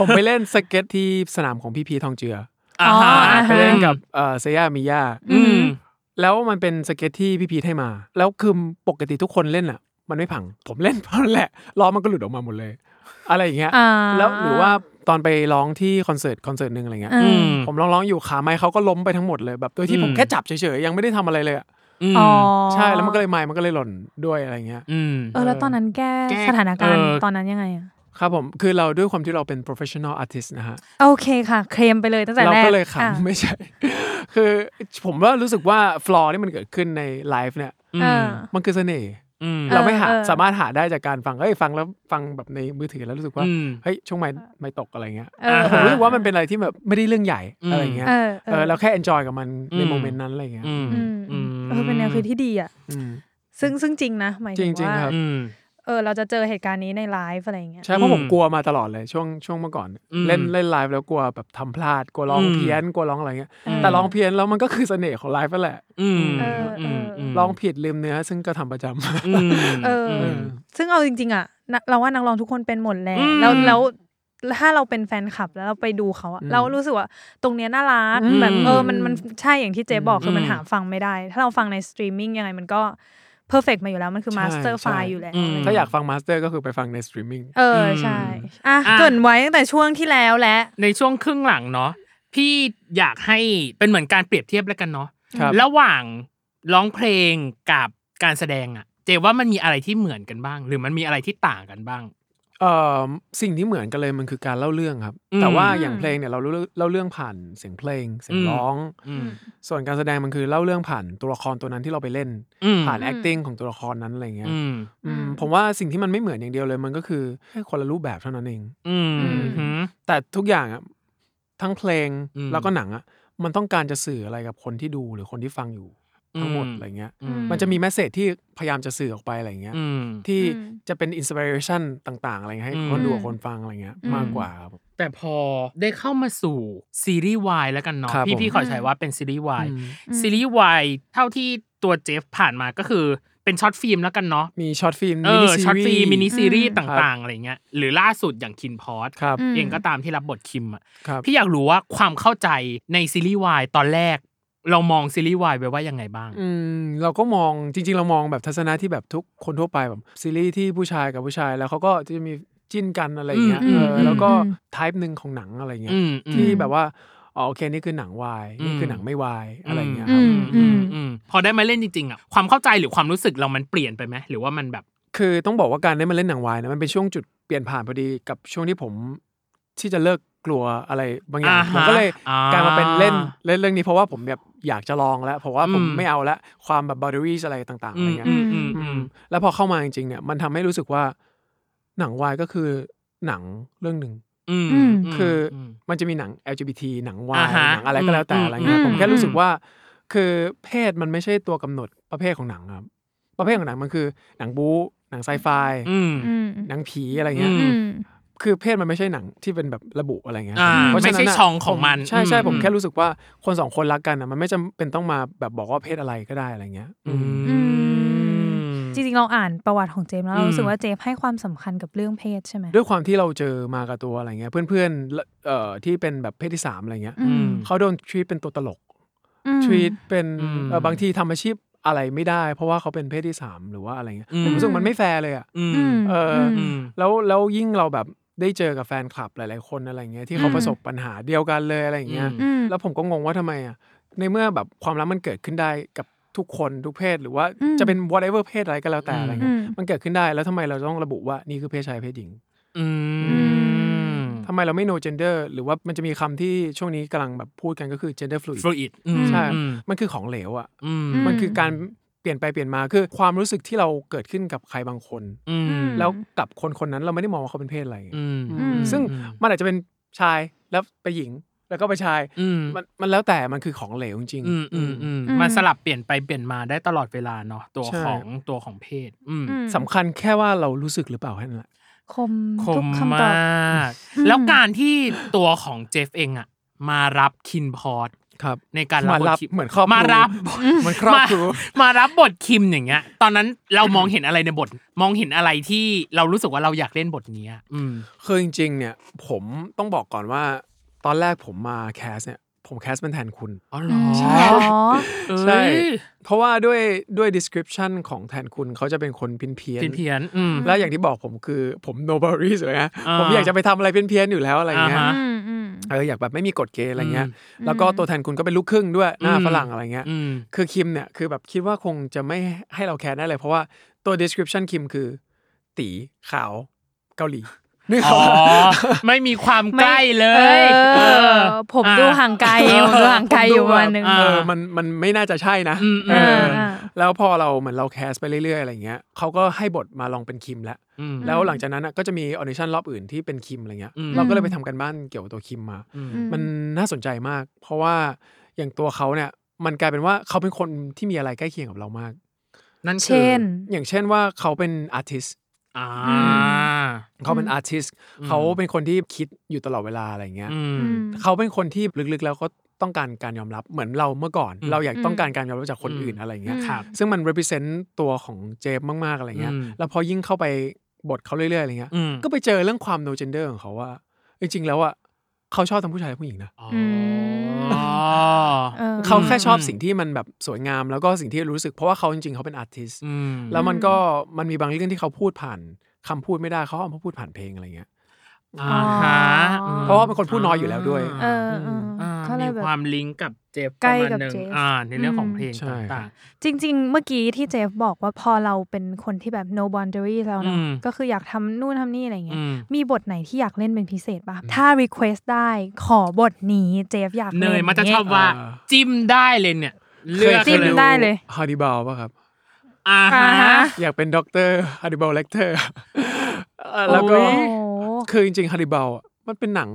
S4: ผมไปเล่นสเก็ตที่สนามของพี่พีทองเจือ
S2: อ่าฮะ
S3: อ๋ออ่าฮะ
S4: ไปเล่นกับเอ่อเซย่ามิยา
S2: อืม
S4: แล้วมันเป็นสเก็ตที่พี่พีทให้มา แล้วคือปกติทุกคนเล่นอ่ะ มันไม่พัง ผมเล่นเพราะนั่นแหละล้อมันก็หลุดออกมาหมดเลย อะไรอย่างเงี้ย
S3: อ่า
S4: แล้วหรือว่าตอนไปร้องที่คอนเสิร์ตคอนเสิร์ตหนึ่งอะไรเงี้ย
S3: เอออ
S4: ผมร้องร้องๆอยู่ขาไม้เขาก็ล้มไปทั้งหมดเลยแบบโดยที่
S2: อืม
S4: ผมแค่จับเฉยๆยังไม่ได้ทำอะไรเลยอะ
S2: ม
S3: อ๋อ
S4: ใช่แล้วมันก็เลยไม้มันก็เลยหล่นด้วยอะไรเงี้ย
S2: อืม
S3: เออแล้วตอนนั้นแก้
S2: แก้
S3: สถานการณ์
S2: เออ
S3: ตอนนั้นยังไงอะ
S4: ครับผมคือเราด้วยความที่เราเป็น professional artist นะฮะ
S3: โอเคค่ะ เคลมไปเลยตั้งแต่
S4: เรา
S3: แรก
S4: ก็เลย
S3: อ่ะ
S4: ขำไม่ใช่ คือผมว่ารู้สึกว่าฟลอที่มันเกิดขึ้นในไลฟ์เนี่ย
S3: เออ
S4: มันคือเสน่ห์
S2: อืม
S3: อ
S4: เราไม่หา
S3: เออ
S4: สามารถหาได้จากการฟังเอ้ยฟังแล้วฟังแบบในมือถือแล้วรู้สึกว่า
S2: อืม
S4: เฮ้ยช่วงไม่ไม่ตกอะไรเงี้ย
S3: เออ
S4: ผมรู้สึกว่ามันเป็นอะไรที่แบบไม่ได้เรื่องใหญ่
S2: อืม
S4: อะไรเงี้ย
S3: เออ
S4: เออเราแค่ enjoy กับมันใน
S2: อืม
S4: โมเมนต์นั้นอะไรเงี้ย
S2: อืม
S3: อืม
S2: อืม
S3: เออเป็นแนวคือที่ดีอ่ะ
S4: อืม
S3: ซึ่งซึ่งจริงนะหมายถึง
S4: จริง
S3: ว่า
S4: ๆครับ
S2: อืม
S3: เออเราจะเจอเหตุการณ์นี้ในไลฟ์อะไรอย่างเงี้ย
S4: ใช่เพราะผม
S2: อืม
S4: กลัวมาตลอดเลยช่วงช่วงเมื่อก่อน
S2: อืม
S4: เล่นเล่นไลฟ์แล้วกลัวแบบทำพลาดกลัวร้อง
S2: อืม
S4: เพี้ยนกลัวร้องอะไรเงี้ย
S3: อืม
S4: แต่ร้องเพี้ยนแล้วมันก็คือเสน่ห์ของไลฟ์นั่นแหละ
S2: อืม
S3: เอออื
S2: ม
S3: เอออื
S2: ม
S4: ร้องผิดลืมเนื้อ ซึ่งก็ทำประจำ
S2: อืม
S3: เอออื
S2: ม
S3: ซึ่งเอาจริงๆอ่ะนะเราว่านักร้องทุกคนเป็นหมดแหละ
S2: อืม
S3: แล้วแล้วถ้าเราเป็นแฟนคลับแล้วเราไปดูเขาอะ
S4: อืม
S3: เรารู้สึกว่าตรงเนี้ยน่ารัก
S2: อืม
S3: แบบเออมันมันใช่อย่างที่เจ๊บอกคือมัน
S2: อืม
S3: หาฟังไม่ได้ ถ้าเราฟังในสตรีมมิ่งยังไงมันก็เพอร์เฟกมาอยู่แล้วมันคือ
S4: ใช่
S3: มาสเตอร์ไฟ
S4: ใช่
S3: อยู่แล้ว
S2: อืม
S4: ถ้าอยากฟังมาสเตอร์ก็คือไปฟังในสตรีมมิ่ง
S3: เอออ
S2: ม
S3: ใช่อ่ะ
S2: อ่ะ
S3: เกรินไว้ตั้งแต่ช่วงที่แล้วและ
S2: ในช่วงครึ่งหลังเนาะพี่อยากให้เป็นเหมือนการเปรียบเทียบแล้วกันเนาะ
S4: ครับ
S2: ระหว่างร้องเพลงกับการแสดงอะเจว่ามันมีอะไรที่เหมือนกันบ้าง หรือมันมีอะไรที่ต่างกันบ้าง
S4: เอ่อสิ่งที่เหมือนกันเลยมันคือการเล่าเรื่องครับ
S2: อืม
S4: แต่ว่าอย่าง
S3: อืม
S4: เพลงเนี่ยเราเล่าเล่าเรื่องผ่านเสียงเพลง เสียง
S2: อืม
S4: ร้อง
S2: อืม
S4: ส่วนการแสดงมันคือเล่าเรื่องผ่านตัวละครตัวนั้นที่เราไปเล่น
S2: อืม
S4: ผ่าน acting ของตัวละครนั้นอะไรเงี้ย
S2: อืม
S4: อืม
S3: อืม
S4: ผมว่าสิ่งที่มันไม่เหมือนอย่างเดียวเลยมันก็คือแค่คนละรูปแบบเท่านั้นเอง
S2: อืมอืม
S4: แต่ทุกอย่างอ่ะทั้งเพลง
S2: อืม
S4: แล้วก็หนังอ่ะมันต้องการจะสื่ออะไรกับคนที่ดูหรือคนที่ฟังอยู่ทั้งหมดอะไรเงี้ย
S2: อืม
S4: มันจะมีแมสเซจที่พยายามจะสื่อออกไปอะไรเงี้ย
S2: อืม
S4: ที่
S3: อืม
S4: จะเป็นอินสปิเรชันต่าง ๆ อะไรเงี้ยให้
S2: อืม
S4: คนดูกับคนฟังอะไรเงี้ย
S3: อืม
S4: มากกว่าครับผม
S2: แต่พอได้เข้ามาสู่ซีรีส์วายแล้วกันเนาะ
S4: ครับ
S2: พี่
S4: ผม
S2: พี่ขอใช้ว่าเป็นซีรีส์วาย
S4: อืม
S3: อืม
S2: ซีรีส์วายเท่าที่ตัวเจฟผ่านมาก็คือเป็นช็อตฟิล์มแล้วกันเนาะ
S4: มีช็อตฟิล์ม
S2: เอ
S4: มินิ
S2: อ
S4: ซี
S2: ช็อต
S4: รี
S2: ฟิล์ม
S4: ส์
S2: มินิซีรีส์
S3: อืม
S2: ต่างๆอะไรเงี้ยหรือล่าสุดอย่างคินพอส
S4: ครับ
S3: อืม
S2: เองก็ตามที่รับบทคิมอะ
S4: ครับ
S2: พี่อยากรู้ว่าความเข้าใจในซีรีส์วายตอนแรก เรามองซีรีส์วายไว้ว่ายังไงบ้าง
S4: อืมเราก็มองจริง ๆ เรามองแบบทัศนะที่แบบทุกคนทั่วไปแบบซีรีส์ที่ผู้ชายกับผู้ชาย แล้วเขาก็จะมีจิ้นกันอะไรเงี้ย
S2: อื
S4: เอ
S2: ม
S4: อ
S2: อืม
S4: แล้วก็
S3: อืม
S4: ไทป์หนึ่งของหนังอะไรเงี้ย
S2: อืมอืม
S4: ที่แบบว่าอ๋อโอเคนี่คือหนังวาย
S2: อืม
S4: นี่คือหนังไม่วายอะไรเงี้ยค
S3: อื
S4: รับ
S3: ม
S2: อื
S3: อื
S2: ม
S3: ม
S2: อืมพอได้มาเล่นจริงๆอะความเข้าใจหรือความรู้สึกเรามันเปลี่ยนไปไหมหรือว่ามันแบบ
S4: คือต้องบอกว่าการได้มาเล่นหนังวายนะมันเป็นช่วงจุดเปลี่ยนผ่านพอดีกับช่วงที่ผมที่จะเลิกกลัวอะไรบางอย่าง
S2: อ่าฮะ
S4: ผมก็เลย
S2: อ่าก
S4: ลายมาเป็นเล่นเล่นเรื่องนี้เพราะว่าผมแบบอยากจะลองแล้วเพราะว่าผม
S2: อืม
S4: ไม่เอาละความแบบบาร์เดอรี่อะไรต่างๆอะไรเงี้ย
S2: อืมอืมอืม
S4: แล้วพอเข้ามาจริงๆเนี่ยมันทำให้รู้สึกว่าหนังวายก็คือหนังเรื่องหนึ่ง
S2: อืม
S3: อืม
S2: ม
S4: คืออื
S2: ม
S4: มันจะมีหนัง LGBT หนังวา
S2: อ่าย ฮะ
S4: หนังอะไรก็แล้วแต่
S2: อืม
S4: อะไรเงี้ย
S2: อืม
S4: ผมแค่รู้สึก
S3: อืม
S4: ว่า คือเพศมันไม่ใช่ตัวกำหนดประเภทของหนังครับ ประเภทของหนังมันคือ หนังบู๊หนังไซไฟ
S2: อืม
S3: อืม
S4: หนังผีอะไรเงี้ย
S2: อื
S3: อืม
S4: คือเพศมันไม่ใช่หนังที่เป็นแบบระบุอะไรเงี้ย
S2: อ่า
S4: เพราะฉะ
S2: ไม่
S4: นั้น
S2: ใช่
S4: น่ะ
S2: ช่องของมัน
S4: ใช่ใช่
S2: อื
S4: ผมแค่รู้สึกว่าคนสองคนรักกันอ่ะมันไม่จำเป็นต้องมาแบบบอกว่าเพศอะไรก็ได้อะไรเงี้ย
S2: อื
S4: อืม
S3: อืม
S2: ม
S3: จริงๆเราอ่านประวัติของเจมส์แล้วเรา
S2: อืม
S3: รู้สึกว่าเจมส์ให้ความสำคัญกับเรื่องเพศใช่ไหม
S4: ด้วยความที่เราเจอมากับตัวอะไรเงี้ย เพื่อนๆละเอ่อที่เป็นแบบเพศที่สามอะไรเงี้ย
S3: อืม
S4: เขาโดนทวีตเป็นตัวตลก
S3: อืม
S4: ทวีตเป็น
S2: อืม
S4: เอ่อบางทีทำอาชีพ อะไรไม่ได้ เพราะว่าเขาเป็นเพศที่สามหรือว่าอะไรเงี้ย
S2: อืม
S4: ผมรู้สึกมันไม่แฟร์เลยอ่ะ
S2: อืม
S3: ม
S4: เออ
S3: ม
S2: อืม
S4: แล้วแล้วยิ่งเราแบบได้เจอกับแฟนคลับหลาย ๆ คนอะไรเงี้ยที่เขา
S3: อืม
S4: ประสบปัญหาเดียวกันเลยอะไรอย่างเงี้ย
S2: อื
S3: อืม
S4: แล้วผมก็งงว่าทำไมอ่ะในเมื่อแบบความรักมันเกิดขึ้นได้กับทุกคนทุกเพศหรือว่า
S3: อืม
S4: จะเป็น whatever เพศอะไรก็แล้วแต่
S2: อืม
S4: อะไรเงี้ยมันเกิดขึ้นได้แล้วทำไมเราต้องระบุว่านี่คือเพศชายเพศหญิง
S2: อืม
S4: ทำไมเราไม่ no gender หรือว่ามันจะมีคำที่ช่วงนี้กำลังแบบพูดกันก็คือ gender
S2: ฟ
S4: fluid
S2: ลูอิดอืม
S4: ใช่
S2: อืม
S4: มันคือของเหลวอ่ะ
S2: อืม
S4: มันคือการเปลี่ยนไปเปลี่ยนมาคือความรู้สึกที่เราเกิดขึ้นกับใครบางคน
S2: อืม
S4: แล้วกับคนคนนั้นเราไม่ได้มองว่าเขาเป็นเพศอะไร
S2: อืม
S3: อืม
S4: ซึ่งมันอาจจะเป็นชายแล้วไปหญิงแล้วก็ไปชาย
S2: อืม
S4: มันมันแล้วแต่มันคือของเหลวจริงๆ
S2: อืมอืมอืม
S3: อืม
S2: มันสลับเปลี่ยนไปเปลี่ยนมาได้ตลอดเวลาเนาะตัว
S4: ใช่
S2: ของตัวของเพศ อืม
S3: อืม
S4: สำคัญแค่ว่าเรารู้สึกหรือเปล่าแค่นั้นแหละ
S3: คม
S2: ค
S3: ทุ
S2: ม
S3: กคำตอบ
S2: มาก
S3: อืม
S2: แล้วการที่ตัวของเจฟเองอะมารับคินพอร์ต
S4: ครับ
S2: ในการ
S4: มา
S2: บ
S4: รั
S2: ท
S4: บ
S2: คิ
S4: เหมือนครอบครู
S2: มารับ
S4: เหมือนครอบครู
S2: มามารับบทคิมอย่างเงี้ย ตอนนั้นเรามองเห็นอะไรในบท มองเห็นอะไรที่เรารู้สึกว่าเราอยากเล่นบทเนี้ย อืม
S4: คือจริงๆเนี่ยผมต้องบอกก่อนว่า ตอนแรกผมมาแคสเนี่ยผมแคสเป็นแทนคุณ
S2: อ๋อเหรอ
S3: ใช่
S4: ใช่
S2: ใช่
S4: เพราะว่าด้วยด้วย description ของแทนคุณเขาจะเป็นคนพินเพี้ยน
S2: เพี้ยนๆอืม
S4: และอย่างที่บอกผมคือผม nobody เลยนะ
S2: อ่า
S4: ผมอยากจะไปทำอะไรเพี้ยนๆอยู่แล้วอะไรเงี้ย
S2: อ่าฮะ
S3: อืมอืม
S4: เอออยากแบบไม่มีกฎเกณฑ์อะไรเงี้ย
S2: อื
S4: แล้วก็ตัวแทนคุณก็เป็นลูกครึ่งด้วยหน้า
S2: อืม
S4: ฝรั่งอะไรเงี้ย
S2: อืม
S4: คือคิมเนี่ยคือแบบคิดว่าคงจะไม่ให้เราแคร์ได้เลย เพราะว่าตัว description คิมคือ ตีขาวเกาหลีนี่
S2: อ๋
S4: เขา
S2: อ ไม่มีความใกล้เล
S3: เอ้
S2: ย
S3: เอ
S2: เอ
S3: อ
S2: อ
S3: ผม
S2: อ่ะ
S3: ดูห่างไกลผมดูห่างไกลอยู่วันหนึ่ง
S2: อ่า
S4: เออมันมันไม่น่าจะใช่นะ
S2: อืม
S4: เอ
S3: เอ
S4: อ
S3: อ
S4: อ
S3: อ่า
S4: แล้วพอเราเหมือนเราแคสไปเรื่อยๆ อะไรเงี้ยเขาก็ให้บทมาลองเป็นคิมแล้ว
S2: อืม
S4: แล้วหลังจากนั้นนะก็จะมีออดิชั่นรอบอื่นที่เป็นคิมอะไรเงี้ย
S2: อืม
S4: เราก็เลยไปทำกันบ้านเกี่ยวกับตัวคิมมา
S2: อืม
S4: มันน่าสนใจมาก เพราะว่าอย่างตัวเขาเนี่ยมันกลายเป็นว่าเขาเป็นคนที่มีอะไรใกล้เคียงกับเรามาก
S2: นั่นคือ
S3: เช่น
S4: อย่างเช่นว่าเขาเป็นอาร์ติส
S2: อ่า
S4: เขาเป็นอาร์ติส
S2: อืม
S4: เขาเป็นคนที่คิดอยู่ตลอดเวลาอะไรเงี้ย
S2: อืม
S4: เขาเป็นคนที่ลึกๆแล้วก็ต้องการการยอมรับเหมือนเราเมื่อก่อน
S2: อืม
S4: เราอยาก
S3: อืม
S4: ต้องการการยอมรับจากคน
S2: อืม
S4: อื่นอะไรเงี้ย
S2: ครับ
S4: ซึ่งมัน represent ตัวของเจฟมากๆอะไรเงี้ย
S2: อืม
S4: แล้วพอยิ่งเข้าไปบทเขาเรื่อยๆอะไรเงี้ย
S2: อืม
S4: ก็ไปเจอเรื่องความ no gender ของเขาว่า จริงๆแล้วอ่ะเขาชอบทั้งผู้ชายและผู้หญิงนะ
S2: อ๋อ
S3: ม เออ
S4: เขาแค่ชอบสิ่งที่มันแบบสวยงาม แล้วก็สิ่งที่รู้สึกเพราะว่าเขาจริงๆเขาเป็นอาร์ติส
S2: อืม
S4: แล้วมันก็มันมีบางเรื่องที่เขาพูดผ่านคำพูดไม่ได้เขาเอามาพูดผ่านเพลงอะไรเงี้ย
S2: อ่าฮะ
S3: อ๋ออื
S2: ม
S4: เพราะว่าเป็นคนพูดน้อยอยู่แล้วด้วย
S3: เออเออ
S2: อ่า
S3: ก็เล
S2: มี
S3: ยแบบ
S2: ความลิงก์กับเจฟ
S3: ใกล้
S2: ประมาณ
S3: กับ
S2: หนึ่ง
S3: เจฟ
S2: อ่า ในเรื่องของ
S3: อืม
S2: เพลง
S4: ใช่
S2: ต่าง
S3: จริง ๆ เมื่อกี้ที่เจฟบอกว่าพอเราเป็นคนที่แบบ no boundary แล้วเน
S2: อื
S3: อะ
S2: ม
S3: ก็คืออยากทำนู่นทำนี่อะไร
S2: ๆ
S3: เงี้
S2: อื
S3: ย
S2: ม
S3: มีบทไหนที่อยากเล่นเป็นพิเศษป่ะ ถ้า request ได้ขอบทนี้เจฟอยาก
S2: เน
S3: เล่น
S2: ยมันจะชอบว่า
S4: เออ
S2: จิ้มได้เลยเนี่ย เลือก
S3: จิ้ม
S2: เลย
S3: ได้เลย
S4: ฮาร์ดิบาลป่ะครับ
S2: อ่า
S3: อ่า
S2: ฮะ
S3: ฮะ
S4: อยากเป็นด็อกเตอร์ฮาริบาลเลก เตอร์แล้วก็
S3: โอ้โห
S4: คือจริงๆฮาริบาลมันเป็นหนัง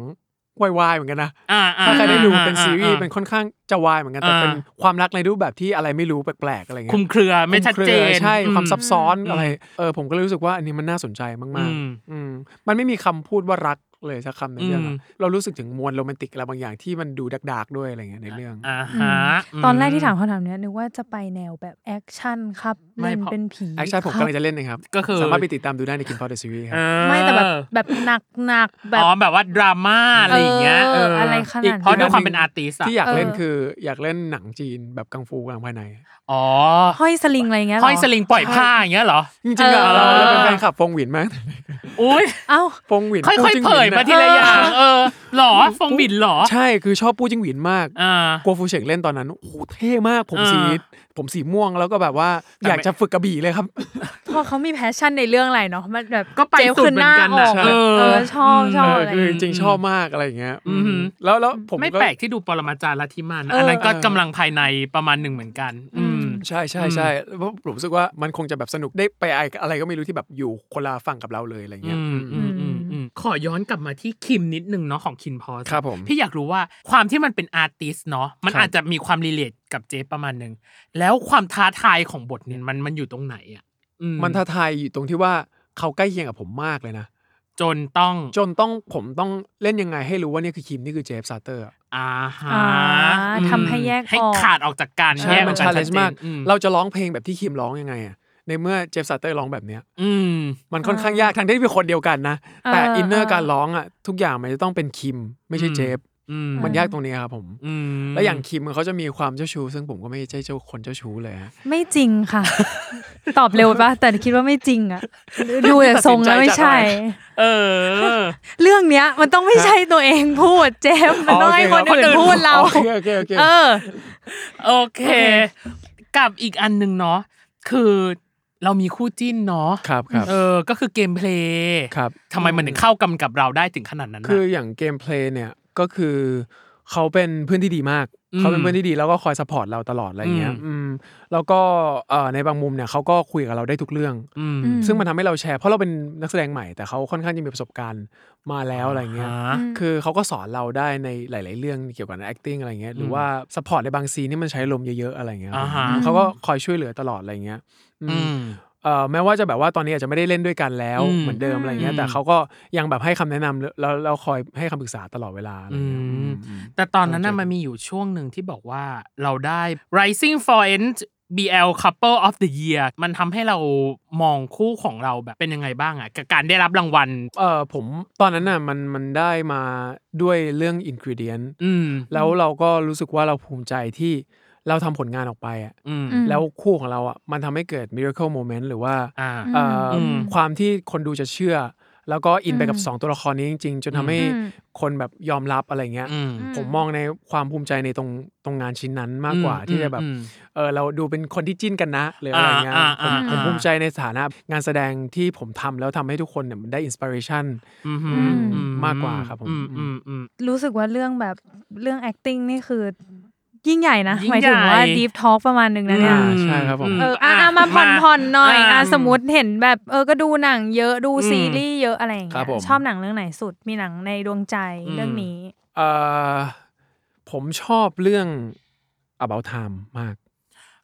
S4: วายๆเหมือนกันนะ
S2: อ่าอ่
S4: ถ้าใครได้ดูเป็น
S2: อ่า
S4: ซีรีส์
S2: อ่า
S4: เป็นค่อนข้างจะวายเหมือนกันแต่
S2: อ่า
S4: เป็นความรักในรูปแบบที่อะไรไม่รู้แปลกๆอะไร
S2: คลุม
S4: เงี้ย
S2: เครือไม่ชัดเจน
S4: คลุมครือใช่
S2: อื
S4: ความซับซ้อน
S2: อืม
S4: อะไรเออผมก็เลยรู้สึกว่าอันนี้มันน่าสนใจ
S2: อื
S4: มาก
S2: ม
S4: ๆอืมมันไม่มีคำพูดว่ารักเลยสักคำในเรื่อง
S2: อื
S4: อะ
S2: ม
S4: เรารู้สึกถึงมวลโรแมนติกอะไรบางอย่างที่มันดูดักๆด้วยอะไรเงี้ยในเรื่อง
S2: อ่าฮะม
S3: ตอนแรกที่ถามคำถามเนี้ยนึกว่าจะไปแนวแบบแอคชั่นครับ
S2: ไม่
S3: เล่น
S2: พอ
S3: เป็นผี
S4: แอคชั่นผม
S3: ครั
S4: กำ
S3: บ
S4: ลังจะเล่นนะครับ
S2: ก็คือ
S4: สามารถไปติดตามดูได้ในคิมพอดเดอะซีรีส์ค
S2: เอ
S4: รับ
S2: อ
S3: ไม่แต่แบบแบบหนักหนักๆแบบ
S2: อ๋อแบบว่าดราม่าอะไรอย่างเงี้ย
S3: เอออะไรขนาดนั้น
S2: เพราะด้วยความเป็นอาร์ติสต์
S4: ที่อยากเล่น
S3: เออ
S4: คืออยากเล่นหนังจีนแบบกังฟูกำลังภายใน
S2: อ๋อ
S3: ห้อยสลิงอะไรางเงี้ยเร
S2: ห้อยสลิงปล่อยผ้าอย่างเงี้ยเหรอ
S4: จริงๆอะ
S2: เออ
S4: เราเราเป็นแฟนคลับฟงหวินมาก
S2: อุ้ย
S3: เอ้า
S4: ฟงหวิน
S2: ค่
S4: ปู
S2: อย
S4: จิ้
S2: ๆ
S4: ง
S2: เผ
S4: หวิ
S2: ย
S4: น
S2: มาทีละอย่างเออหรอฟงบินหรอ
S4: ใช่คือชอบปูจิ้งหวินมาก
S2: อ่า
S4: กัวฟูเฉงเล่นตอนนั้นโอ้โหเท่มากผม
S2: เออ
S4: สีผมสีม่วงแล้วก็แบบว่า
S2: แต่
S4: อยาก
S2: ไม่
S4: จะฝึกกระบี่เลยครับ
S3: พอเขามีแพชชั่นในเรื่องอะไรเนาะมันแบบ
S2: ก็ไป
S3: เจล
S2: สุด
S3: ขึ้น
S2: เหมือน
S3: หน้า
S2: กัน
S3: อ
S2: นะ
S3: อก
S2: เอ
S3: เอ
S2: อ
S3: อชอบชอบ
S4: เออ
S3: อะไร
S4: คือจ
S3: เงี้ย
S4: ริงๆชอบมากอะไรอย่างเงี้ย
S2: อือหือ
S4: แล้วแล้วผม
S2: ไม่
S4: ก็
S2: แปลกที่ดูปรมาจารย์ลัทธิมานนะ
S4: เออ
S2: อั
S4: อั
S2: นนั้นก็
S4: เออ
S2: กำลังภายในประมาณหนึ่งเหมือนกัน อืม
S4: ใช่ใช่ใช่เพราะผมรู้สึกว่ามันคงจะแบบสนุกได้ไปอะไรก็ไม่รู้ที่แบบอยู่คนละฝั่งกับเราเลยอะไร
S2: อื
S4: เงี้ย
S2: มอื
S4: อื
S2: ม
S4: ม
S2: อืมอืมขอย้อนกลับมาที่คิมนิดนึงเนาะของคินพอส
S4: ครับผม
S2: พี่อยากรู้ว่าความที่มันเป็นอาร์ติสเนาะมัน
S4: ครับ
S2: อาจจะมีความรีเลทกับเจฟประมาณหนึ่งแล้วความท้าทายของบทเนี่ยมันมันอยู่ตรงไหนอ่ะอื
S4: มันท้าทายอยู่ตรงที่ว่าเขาใกล้เคียงกับผมมากเลยนะ
S2: จนต้อง
S4: จนต้องผมต้องเล่นยังไงให้รู้ว่านี่คือคิมนี่คือเจฟซาเตอร์อะ
S2: อ่าฮะ
S3: อ่า
S2: อืม
S3: ทำให้แยก
S2: ให้
S3: ออก
S2: ขาดออกจากกัน
S4: ใช่
S2: แยกอ
S4: มั
S2: อน กจา
S4: ชาก เล
S2: ชัด
S4: น
S2: เจ
S4: มาก
S2: นอืม
S4: เราจะร้องเพลงแบบที่คิมร้องยังไงอะในเมื่อเจฟซาเตอร์ร้องแบบเนี้ย
S2: อืม
S4: มันค่อนข้างยากทั้งที่เป็นคนเดียวกันนะ แต่
S3: เอออิ
S4: อินเนอร์
S3: เออ
S4: การร้องอะทุกอย่างมันจะต้องเป็นคิมไม่ใช่
S2: อืม
S4: เจฟ
S2: อืม
S4: มันยากตรงนี้ครับผม
S2: อืม
S4: แล้วอย่างคิมเขาจะมีความเจ้าชู้ ซึ่งผมก็ไม่ใช่เจ้าคนเจ้าชู้เลยฮะ
S3: ไม่จริงค่ะ ตอบเร็วปะแต่คิดว่าไม่จริงอะดูจากทรงแล้วไม่ใช่
S4: ตัดสินใจจากอะไร
S2: เอ อ
S3: เรื่องเนี้ย มันต้องไม่ใช่ตัวเองพูดเจมส์มันต้องให้คนอื่นพูดเรา
S4: โอเคโอเคโอเค
S3: เออ
S2: โอเค กับอีกอันหนึ่งเนาะคือเรามีคู่จิ้นเนาะ
S4: ครับครับ
S2: เออ ก็คือเกมเพลย์
S4: ครับ
S2: ทำไมมันถึงเข้ากันกับเราได้ถึงขนาดนั้นน่ะ
S4: คืออย่างเกมเพลย์เนี่ยก็คือเขาเป็นเพื่อนที่ดีมาก
S2: อืม
S4: เขาเป็นเพื่อนที่ดีแล้วก็คอยสปอร์ตเราตลอดอะไรเงี้ย
S2: อืม
S4: อืมแล้วก็เอ่อในบางมุมเนี่ยเขาก็คุยกับเราได้ทุกเรื่อง
S2: อืม
S3: ม
S4: ซึ่งมันทำให้เราแชร์เพราะเราเป็นนักแสดงใหม่แต่เขาค่อนข้างจะมีประสบการณ์มาแล้วอะไรเงี้ย
S2: า
S4: คือเขาก็สอนเราได้ในหลาย ๆ เรื่องเกี่ยวกับ acting อะไรเงี้ยหรือว่า support ในบางซีนที่มันใช้ลมเยอะ ๆ อะไรเงี้ย
S2: อ่าฮะ
S4: เขาก็คอยช่วยเหลือตลอดอะไรเงี้ยอืม
S2: อืม
S4: เอ่อแม้ว่าจะแบบว่าตอนนี้อาจจะไม่ได้เล่นด้วยกันแล้ว
S2: อืม
S4: เหมือนเดิมอะไรเงี้
S3: อืม
S4: ยแต่เขาก็ยังแบบให้คำแนะนำแล้วเราคอยให้คำปรึกษาตลอดเวลาอะไร
S2: อื
S4: เงี้ย
S2: ม
S4: อืม
S2: แต่ตอนนั้น
S4: ต้
S2: น่ะ
S4: องเจอ
S2: มันมีอยู่ช่วงหนึ่งที่บอกว่าเราได้ Rising for End BL Couple of the Year มันทำให้เรามองคู่ของเราแบบเป็นยังไงบ้างอะกับการได้รับรางวัล
S4: เอ่อผมตอนนั้นน่ะมันมันได้มาด้วยเรื่องอินกิเดียน
S2: อืม
S4: แล้วเราก็รู้สึกว่าเราภูมิใจที่เราทำผลงานออกไปอ่ะ
S2: อืม
S3: ม
S4: แล้วคู่ของเราอ่ะมันทำให้เกิด miracle moment หรือว่า
S2: อ่า
S3: อืม
S4: เอ่ออ
S2: ม
S4: ความที่คนดูจะเชื่อ แล้วก็อินไปกับ
S3: อืม
S4: สองตัวละครนี้จริง ๆ จนทำให้
S3: อืม
S4: คนแบบยอมรับอะไรเงี้ย
S2: อืม
S4: ผมมองในความภูมิใจในตรงตรงงานชิ้นนั้นมากกว่าที่จะแบบ
S2: อืม
S4: เออเราดูเป็นคนที่จิ้นกันนะหรืออะไรเงี้ย
S2: อ่า
S4: ผ
S2: อ่าม อ่า
S4: ผมภูมิใจในฐานะงานแสดงที่ผมทำแล้วทำให้ทุกคนเนี่ยมันได้อินสปิเรชัน
S2: อืม
S3: อืม
S4: มากกว่าครับผม
S2: อืมอืมอืม
S3: รู้สึกว่าเรื่องแบบเรื่อง acting นี่คือ ยิ่งใหญ่นะ
S2: ยิ่ง
S3: หมายถึงว่า
S2: ใหญ่
S3: deep talk ประมาณหนึ่งนะเนี่ย
S4: อ่า ใช่ครับผม
S3: เอออ่ะอ่ะมาผ่อนผ่อนหน่อยอ่ะ
S2: อ่ะ
S3: สมมติเห็นแบบเออก็ดูหนังเยอะดูซีรีส์เยอะอะไรอย่าง
S4: ค
S3: เงี้
S4: รั
S3: ย
S4: บผม
S3: ชอบหนังเรื่องไหนสุดมีหนังในดวงใจเรื่องนี้
S4: เออผมชอบเรื่อง about time มาก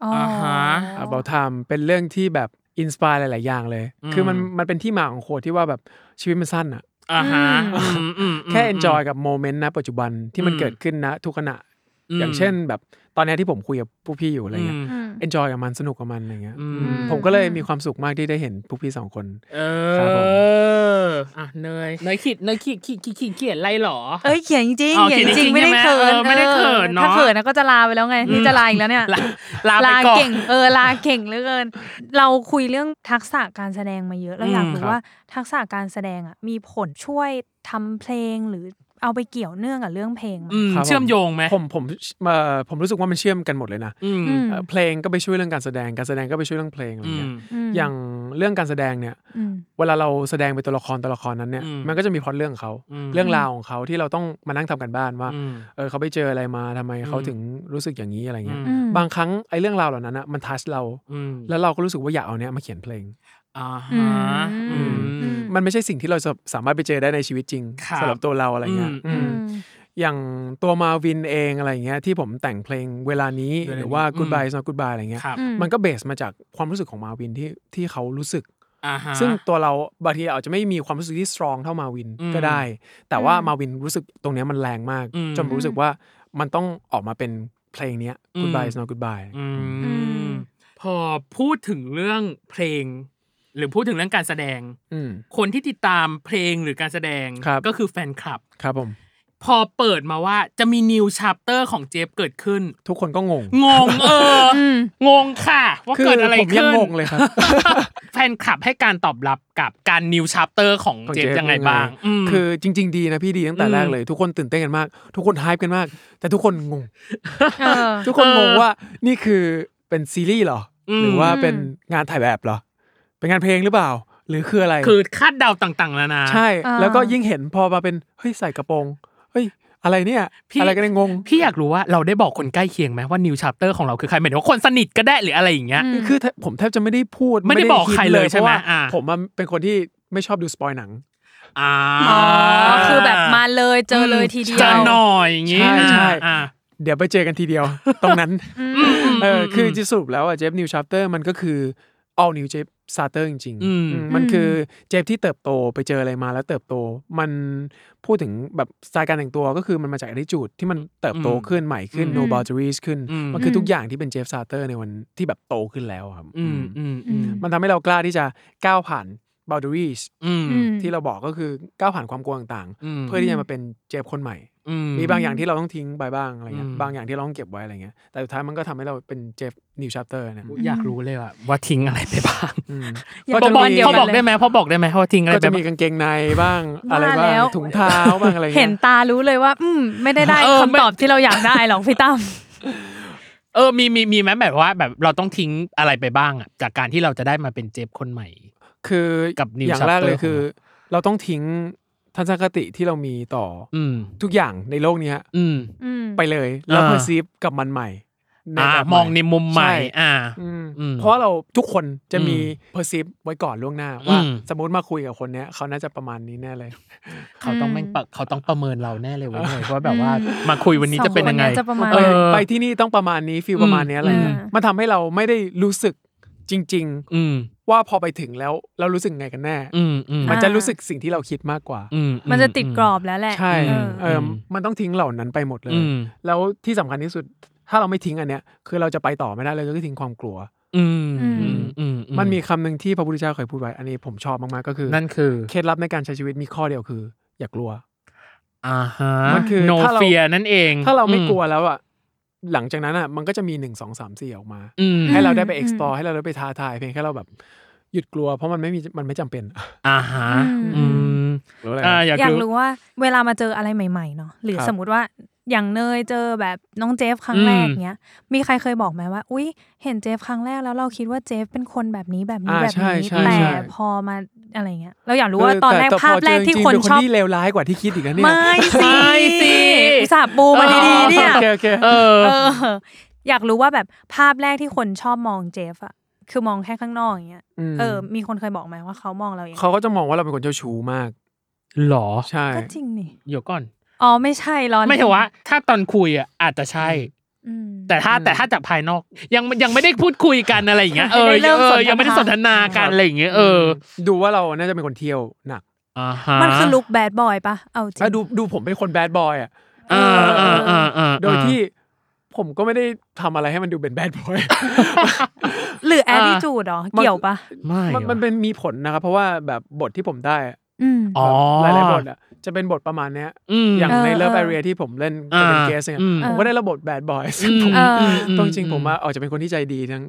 S3: อ๋ออา
S2: ฮะ
S4: about time เป็นเรื่องที่แบบอินสปายหลาย ๆ อย่างเลย
S2: อืม
S4: คือมันมันเป็นที่มาของโคดที่ว่าแบบชีวิตมันสั้นอะ
S2: อ่าฮะ
S3: อืม
S2: อืมอืมม
S4: แค่ enjoy กับโมเมนต์นะปัจจุบันที่มัน
S2: อืม
S4: เกิดขึ้นนะทุกขณะ
S2: ม
S4: อย่างเช่นแบบตอนเนี้ยที่ผมคุยกับผู้พี่อยู่อะไรเงี้ย
S2: ม
S3: อืม
S4: enjoy กับมันสนุกกับมันอะไรเงี้ย
S2: อืม
S4: อืมผมก็เลยมีความสุขมากที่ได้เห็นผู้พี่สองคน
S2: เอ
S4: ครับผม
S2: ออ่ะเนยเนยขีดเนยขีดขีดขีดขีดเขียนไรหรอ
S3: เอ้ยเขียนจริง
S2: อ๋อ
S3: ๆเขียนจริ
S2: เขียนจริ
S3: งๆ
S2: ง
S3: ไม่ได้เขิ
S2: ใช่ไหมเออ
S3: น
S2: ไม่ได้เขินเนอะ
S3: ถ้าเขินนะก็จะลาไปแล้วไงนี่
S2: อืม
S3: จะลาอีกแล้วเนี่ย
S2: ลาลาไปก่อน
S3: เก่งเออลาเก่งเหลือเกิน เราคุยเรื่องทักษะการแสดงมาเยอะเราอยาก
S2: อืม
S3: รู้ว่าทักษะการแสดงอ่ะมีผลช่วยทำเพลงหรือเอาไปเกี่ยวเนื่องกับเรื่องเพลงไหม
S2: อืม
S4: ครับผม
S2: เชื่อมโยงไหม
S4: ผมผมเอ่อผมรู้สึกว่ามันเชื่อมกันหมดเลยนะ
S2: อืม
S3: อืม
S4: เอ่อเพลงก็ไปช่วยเรื่องการแสดงการแสดงก็ไปช่วยเรื่องเพลงอะไร
S2: อืม
S4: เงี้ย
S3: ม
S4: อย่างเรื่องการแสดงเนี่ย
S3: อืม
S4: เวลาเราแสดงเป็นตัวละครตัวละครนั้นเนี่ย
S2: อืม
S4: มันก็จะมีพล็อตเรื่องของเขา
S2: อืม
S4: เรื่องราวของเขาที่เราต้องมานั่งทำกันบ้านว่า
S2: อืม
S4: เออเขาไปเจออะไรมาทำไมเขา
S2: อืม
S4: ถึงรู้สึกอย่างนี้อะไรเงี้ย
S3: อืม
S4: บางครั้งไอ้เรื่องราวเหล่านั้นอะมันทัชเรา
S2: อืม
S4: แล้วเราก็รู้สึกว่าอยากเอาเนี้ยมาเขียนเพลง
S2: อ่า
S3: อื
S2: ฮะ
S3: ม
S2: อืม
S3: อืม
S4: มันไม่ใช่สิ่งที่เราจะสามารถไปเจอได้ในชีวิตจริง
S2: ครับ
S4: สำหรับตัวเราอะไรเงี้ย
S2: อืม
S4: อืม อย่างตัวมาวินเองอะไรอย่างเงี้ยที่ผมแต่งเพลงเวลานี้
S2: เวลานี้
S4: หรือว่า
S2: อืม
S4: goodbye is not goodbye อะไรเงี้ย
S2: ครับ
S4: มันก็เบสมาจากความรู้สึกของมาวินที่ที่เขารู้สึก
S2: อ่าฮะ
S4: ซึ่งตัวเราบางทีอาจจะไม่มีความรู้สึกที่ strong เท่ามาวิน
S2: อืม
S4: ก็ได้ แต่ว่า
S3: อืม
S4: มาวินรู้สึกตรงเนี้ยมันแรงมาก
S2: อืม
S4: จนรู้สึกว่ามันต้องออกมาเป็นเพลงเนี้ย
S2: อืม
S4: goodbye is not goodbye
S2: อื
S3: อื
S2: ม
S3: ม
S2: พอพูดถึงเรื่องเพลง หรือพูดถึงเรื่องการแสดง
S4: อืม
S2: คนที่ติดตามเพลงหรือการแสดง
S4: ครับ
S2: ก็คือแฟนคลับ
S4: ครับผม
S2: พอเปิดมาว่าจะมีนิวชาปเตอร์ของเจฟเกิดขึ้น
S4: ทุกคนก็งง
S2: งงเออ
S3: อืม
S2: งงค่ะ ว่า
S4: คือ
S2: เกิดอะไร
S4: ผมยัง
S2: ขึ้น
S4: งงเลยครับ
S2: แฟนคลับให้การตอบรับกับการนิวชาปเตอร์ของ
S4: ของ
S2: เจฟ
S4: เจฟ
S2: ยังไง
S4: ยังไง
S2: บ้างม
S4: คือจริง ๆ ดีนะพี่ดีตั้งแต่
S2: อืม
S4: แรกเลย ทุกคนตื่นเต้นกันมาก ทุกคนฮป์กันมาก แต่ทุกคนงง
S3: เออ
S4: ทุกคนงง
S2: เออ
S4: ว่านี่คือเป็นซีรีส์เหรอ
S2: อืม
S4: หรือว่าเป็นงานถ่ายแบบเหรอ เป็นงานเพลงหรือเปล่า หรือคืออะไร
S2: คือคาดเดาต่างๆนานา
S4: ใช่
S3: อ่า
S4: แล้วก็ยิ่งเห็นพอมาเป็นเฮ้ยใส่กระโปรงเฮ้ยอะไรเนี่ย
S2: พี่
S4: อะไรกันเนยงง
S2: พี่อยากรู้ว่าเราได้บอกคนใกล้เคียงไหมว่านิวชาปเตอร์ของเราคือใครหมายถึงว่าคนสนิทก็ได้หรืออะไรอย่างเงี้ย
S3: อืม
S4: คือแทบผมแทบจะไม่ได้พูด
S2: ไม่ได้บอกใครเลยใช่ไหม
S4: เพราะว่า
S2: อ่า
S4: ผมอะเป็นคนที่ไม่ชอบดูสปอยหนัง
S2: อ่า
S3: อ๋อคือแบบมาเลยเจอเลยทีเดียว
S2: เจอหน่อยอย่างงี้
S4: ใช่ใช่
S2: อ่า
S4: เดี๋ยวไปเจอกันทีเดียว ตรงนั้นเอออ
S2: ม
S4: คือจะสรุปแล้วอะเจฟนิวชาร์เตอร์มันก็คือ all new เจฟซาร์เตอร์จริงๆ
S2: อืม
S4: อืมมันคือเจฟที่เติบโตไปเจออะไรมาแล้วเติบโต มันพูดถึงแบบสไตล์การแต่งตัวก็คือมันมาจาก attitude ที่มันเติบโตขึ้นใหม่ขึ้น
S2: อืม
S4: no boundaries ขึ้น
S2: อืม
S4: มันคือทุกอย่างที่เป็นเจฟซาร์เตอร์ในวันที่แบบโตขึ้นแล้วครับ
S2: อืมอืมอืม
S4: มันทำให้เรากล้าที่จะก้าวผ่าน boundaries
S2: อืม
S3: อืม
S4: ที่เราบอกก็คือก้าวผ่านความกลัวต่างๆ เพื่อที่จะมาเป็นเจฟคนใหม่ มีบางอย่างที่เราต้องทิ้งไปบ้างอะไรเงี้ย
S2: อืม
S4: บางอย่างที่เราต้องเก็บไว้อะไรเงี้ยแต่สุดท้ายมันก็ทำให้เราเป็นเจฟนิวชัปเตอร์เนี่ย
S2: อยากรู้เลยอะว่าทิ้งอะไรไปบ้าง
S4: อืม
S3: อย่า
S2: พอ
S4: ก็จะ
S3: บ
S2: บอก อก
S3: วันเดียว
S2: พอ
S3: กัน
S2: บอก
S3: เล
S2: ได้
S3: ย
S2: ไหมพอบอกได้ไหมว่าทิ้งอะไรไป
S4: ก็จะ
S2: บ้า
S4: มี
S2: ง
S4: กางเกงในบ้าง
S3: บ้า
S4: อะไรบ้า
S3: แล้
S4: ง
S3: ว
S4: ถุงเท้าบ้างอะไรเงี้ย
S3: เห็นตารู้เลยว่า อืม ไม่ได้ได้
S2: เออ
S3: คำ
S2: ไม่
S3: ตอบที่เราอยากได้หรอกพี่ตั้ม
S2: เออมีมีมีไหมแบบว่าแบบเราต้องทิ้งอะไรไปบ้างอะจากการที่เราจะได้มาเป็นเจฟคนใหม่
S4: คือ
S2: กับ New
S4: อย่างแรก
S2: Chapter
S4: เลยคือ
S2: ข
S4: เราต้องทิ้งทัศนคติที่เรามีต่ออ
S2: อืม
S4: ทุกอย่างในโลกเนี้ย
S2: อืม
S3: อืม
S4: ไปเลย แล้ว
S2: อ่า
S4: เพอร์ซีฟกับมันใหม่ใน
S2: อ่า
S4: แบบให
S2: มองในมุมใหม่
S4: ใช่
S2: อ่า
S4: อืม
S2: อืม
S4: เพราะว่าเราทุกคนจะมี
S2: อื
S4: เพอร์ซีฟไว้ก่อนล่วงหน้าว่า
S2: อืม
S4: สมมติมาคุยกับคนเนี้ยเขาน่าจะประมาณนี้แน่เลย
S2: เขาต้องแม่งปะเขาต้องประเมินเราแน่เลยเว้ยเลยว่าแบบว่า
S3: อืม
S2: มาคุยวันนี้จะเป็นยังไง
S3: สอคจะประมาณ
S2: เออ
S4: ไปที่นี่ต้องประมาณนี้ฟิล
S2: อืม
S4: ประมาณเนี้ยอะไรเงี้ย
S3: อืม
S4: มันทำให้เราไม่ได้รู้สึกจริง
S2: อืม
S4: ๆ ว่าพอไปถึงแล้วเรารู้สึกไงกันแน่
S2: อืมอืม
S4: มันจะรู้สึกสิ่งที่เราคิดมากกว่า
S2: อื
S3: มันจะติด
S2: ม
S3: กรอบแล้วแหละ
S4: ใช่
S3: เออ
S4: เอออ
S2: ม
S4: มันต้องทิ้งเหล่านั้นไปหมดเลย
S2: อืม
S4: แล้วที่สำคัญที่สุด ถ้าเราไม่ทิ้งอันเนี้ย คือเราจะไปต่อไม่ได้เลยก็คือทิ้งความกลัว
S2: อืมอืมอืม
S4: มันมีคำหนึ่งที่พระพุทธเจ้าเคยพูดไว้ อันนี้ผมชอบมาก ๆ ก็คือ
S2: นั่นคือ
S4: เคล็ดลับในการใช้ชีวิตมีข้อเดียวคือ อย่ากลัว
S2: อ่าฮะ
S4: มันคือ
S2: โน
S4: ถ้าเรา
S2: เฟียนั่นเอง
S4: ถ้าเราไม่
S2: อื
S4: กลัวแล้วอ่ะหลังจากนั้นอ่ะมันก็จะมีหนึ่งสองสามสี่ออกมา
S2: อืม
S4: ให้เราได้ไป explore ให้เราได้ไปท้าทายเพียงแค่เราแบบหยุดกลัว เพราะมันไม่มีมันไม่จำเป็น
S2: อ่าฮะอืม
S4: หรืออะไร
S2: อ่าอยาก
S3: อยาก
S2: รู้
S3: รู้ว่าเวลามาเจออะไรใหม่ๆเนาะหรือ
S4: ครับ
S3: สมมติว่าอย่างเนยเจอแบบน้องเจฟครั้งแรก
S2: อืม
S3: เนี้ย มีใครเคยบอกไหมว่า อุ้ยเห็นเจฟครั้งแรกแล้วเราคิดว่าเจฟเป็นคนแบบนี้แบบนี้
S4: อ่า
S3: แบบ
S4: ใช่
S3: นี้
S4: ใช่
S3: แต่
S4: ใช่
S3: พอมาอะไรเงี้ยเราอยากรู้ว่าตอนแรก
S4: ต่
S3: ภาพแรกที่คน
S4: พเจ
S3: ชอบ
S4: จริงๆเป็ที่เลวร้ายกว่าที่คิดอีกนะเนี่ย
S3: ไม่สิ
S2: ไม่สิ
S3: อุตส่าห์ปูมาดีๆเนี่ย
S4: โอเคโอเค
S2: เออ
S3: เอออยากรู้ว่าแบบภาพแรกที่คนชอบมองเจฟอะคือมองแค่ข้างนอกอย่างเงี้ย
S4: อืม
S3: เออ มีคนเคยบอกไหมว่าเขามองเราอย่าง
S4: เขาก็จะมองว่าเราเป็นคนเจ้าชู้มาก
S2: หรอ
S4: ใช่
S3: ก็จริงนี่
S2: เดี๋ยวก่อน
S3: อ๋อไม่ใช่ร้อน
S2: ไม่ใช่ว่า ถ้าตอนคุยอ่ะอาจจะใช่
S3: อืม
S2: แต่ถ้า
S4: อืม
S2: แต่ถ้าจากภายนอก ยังยังไม่ได้พูดคุยกันอะไรอย่างเงี้ยเออ
S3: ไม่ได้เริ่ม
S2: เออ
S3: สนทนายั
S2: ยังไม่ได้สนทนากันอะไรอย่างเงี้ยเออ
S4: ดูว่าเราน่าจะเป็นคนเที่ยวหนัก
S2: อ่าฮะ
S3: มันคือลุกแบดบอยปะเอาจริง
S4: อ่ะดูดูผมเป็นคนแบดบอยอ่ะ
S2: อ่าอ่าอ่าอ่า
S4: โดยที่ผมก็ไม่ได้ทำอะไรให้มันดูเป็นแบดบอย
S3: หรือแอ
S2: อ่า
S3: ด i จูดหรอ เกี่ยวปะ
S2: ไม่หรอ
S4: มันมันเป็นมีผลนะครับ เพราะว่าแบบบทที่ผมได้อะ
S3: อืม
S2: อ๋อ
S4: หลายๆบทอ่ะจะเป็นบทประมาณเนี้ย
S2: อืม
S4: อย่างใน
S3: เออ
S4: เลิฟ
S3: เอ
S4: แอ
S3: อ
S4: เรียที่ผมเล่นเป็น
S2: อ่า
S4: เกสเนี่ย
S2: อืม
S4: ผมก็ได้ระบบแบดบอย
S2: อืม
S4: ผม
S3: เออ
S2: มม
S4: ต้องจริงผมว่าออกจะเป็นคนที่ใจดีทั้ง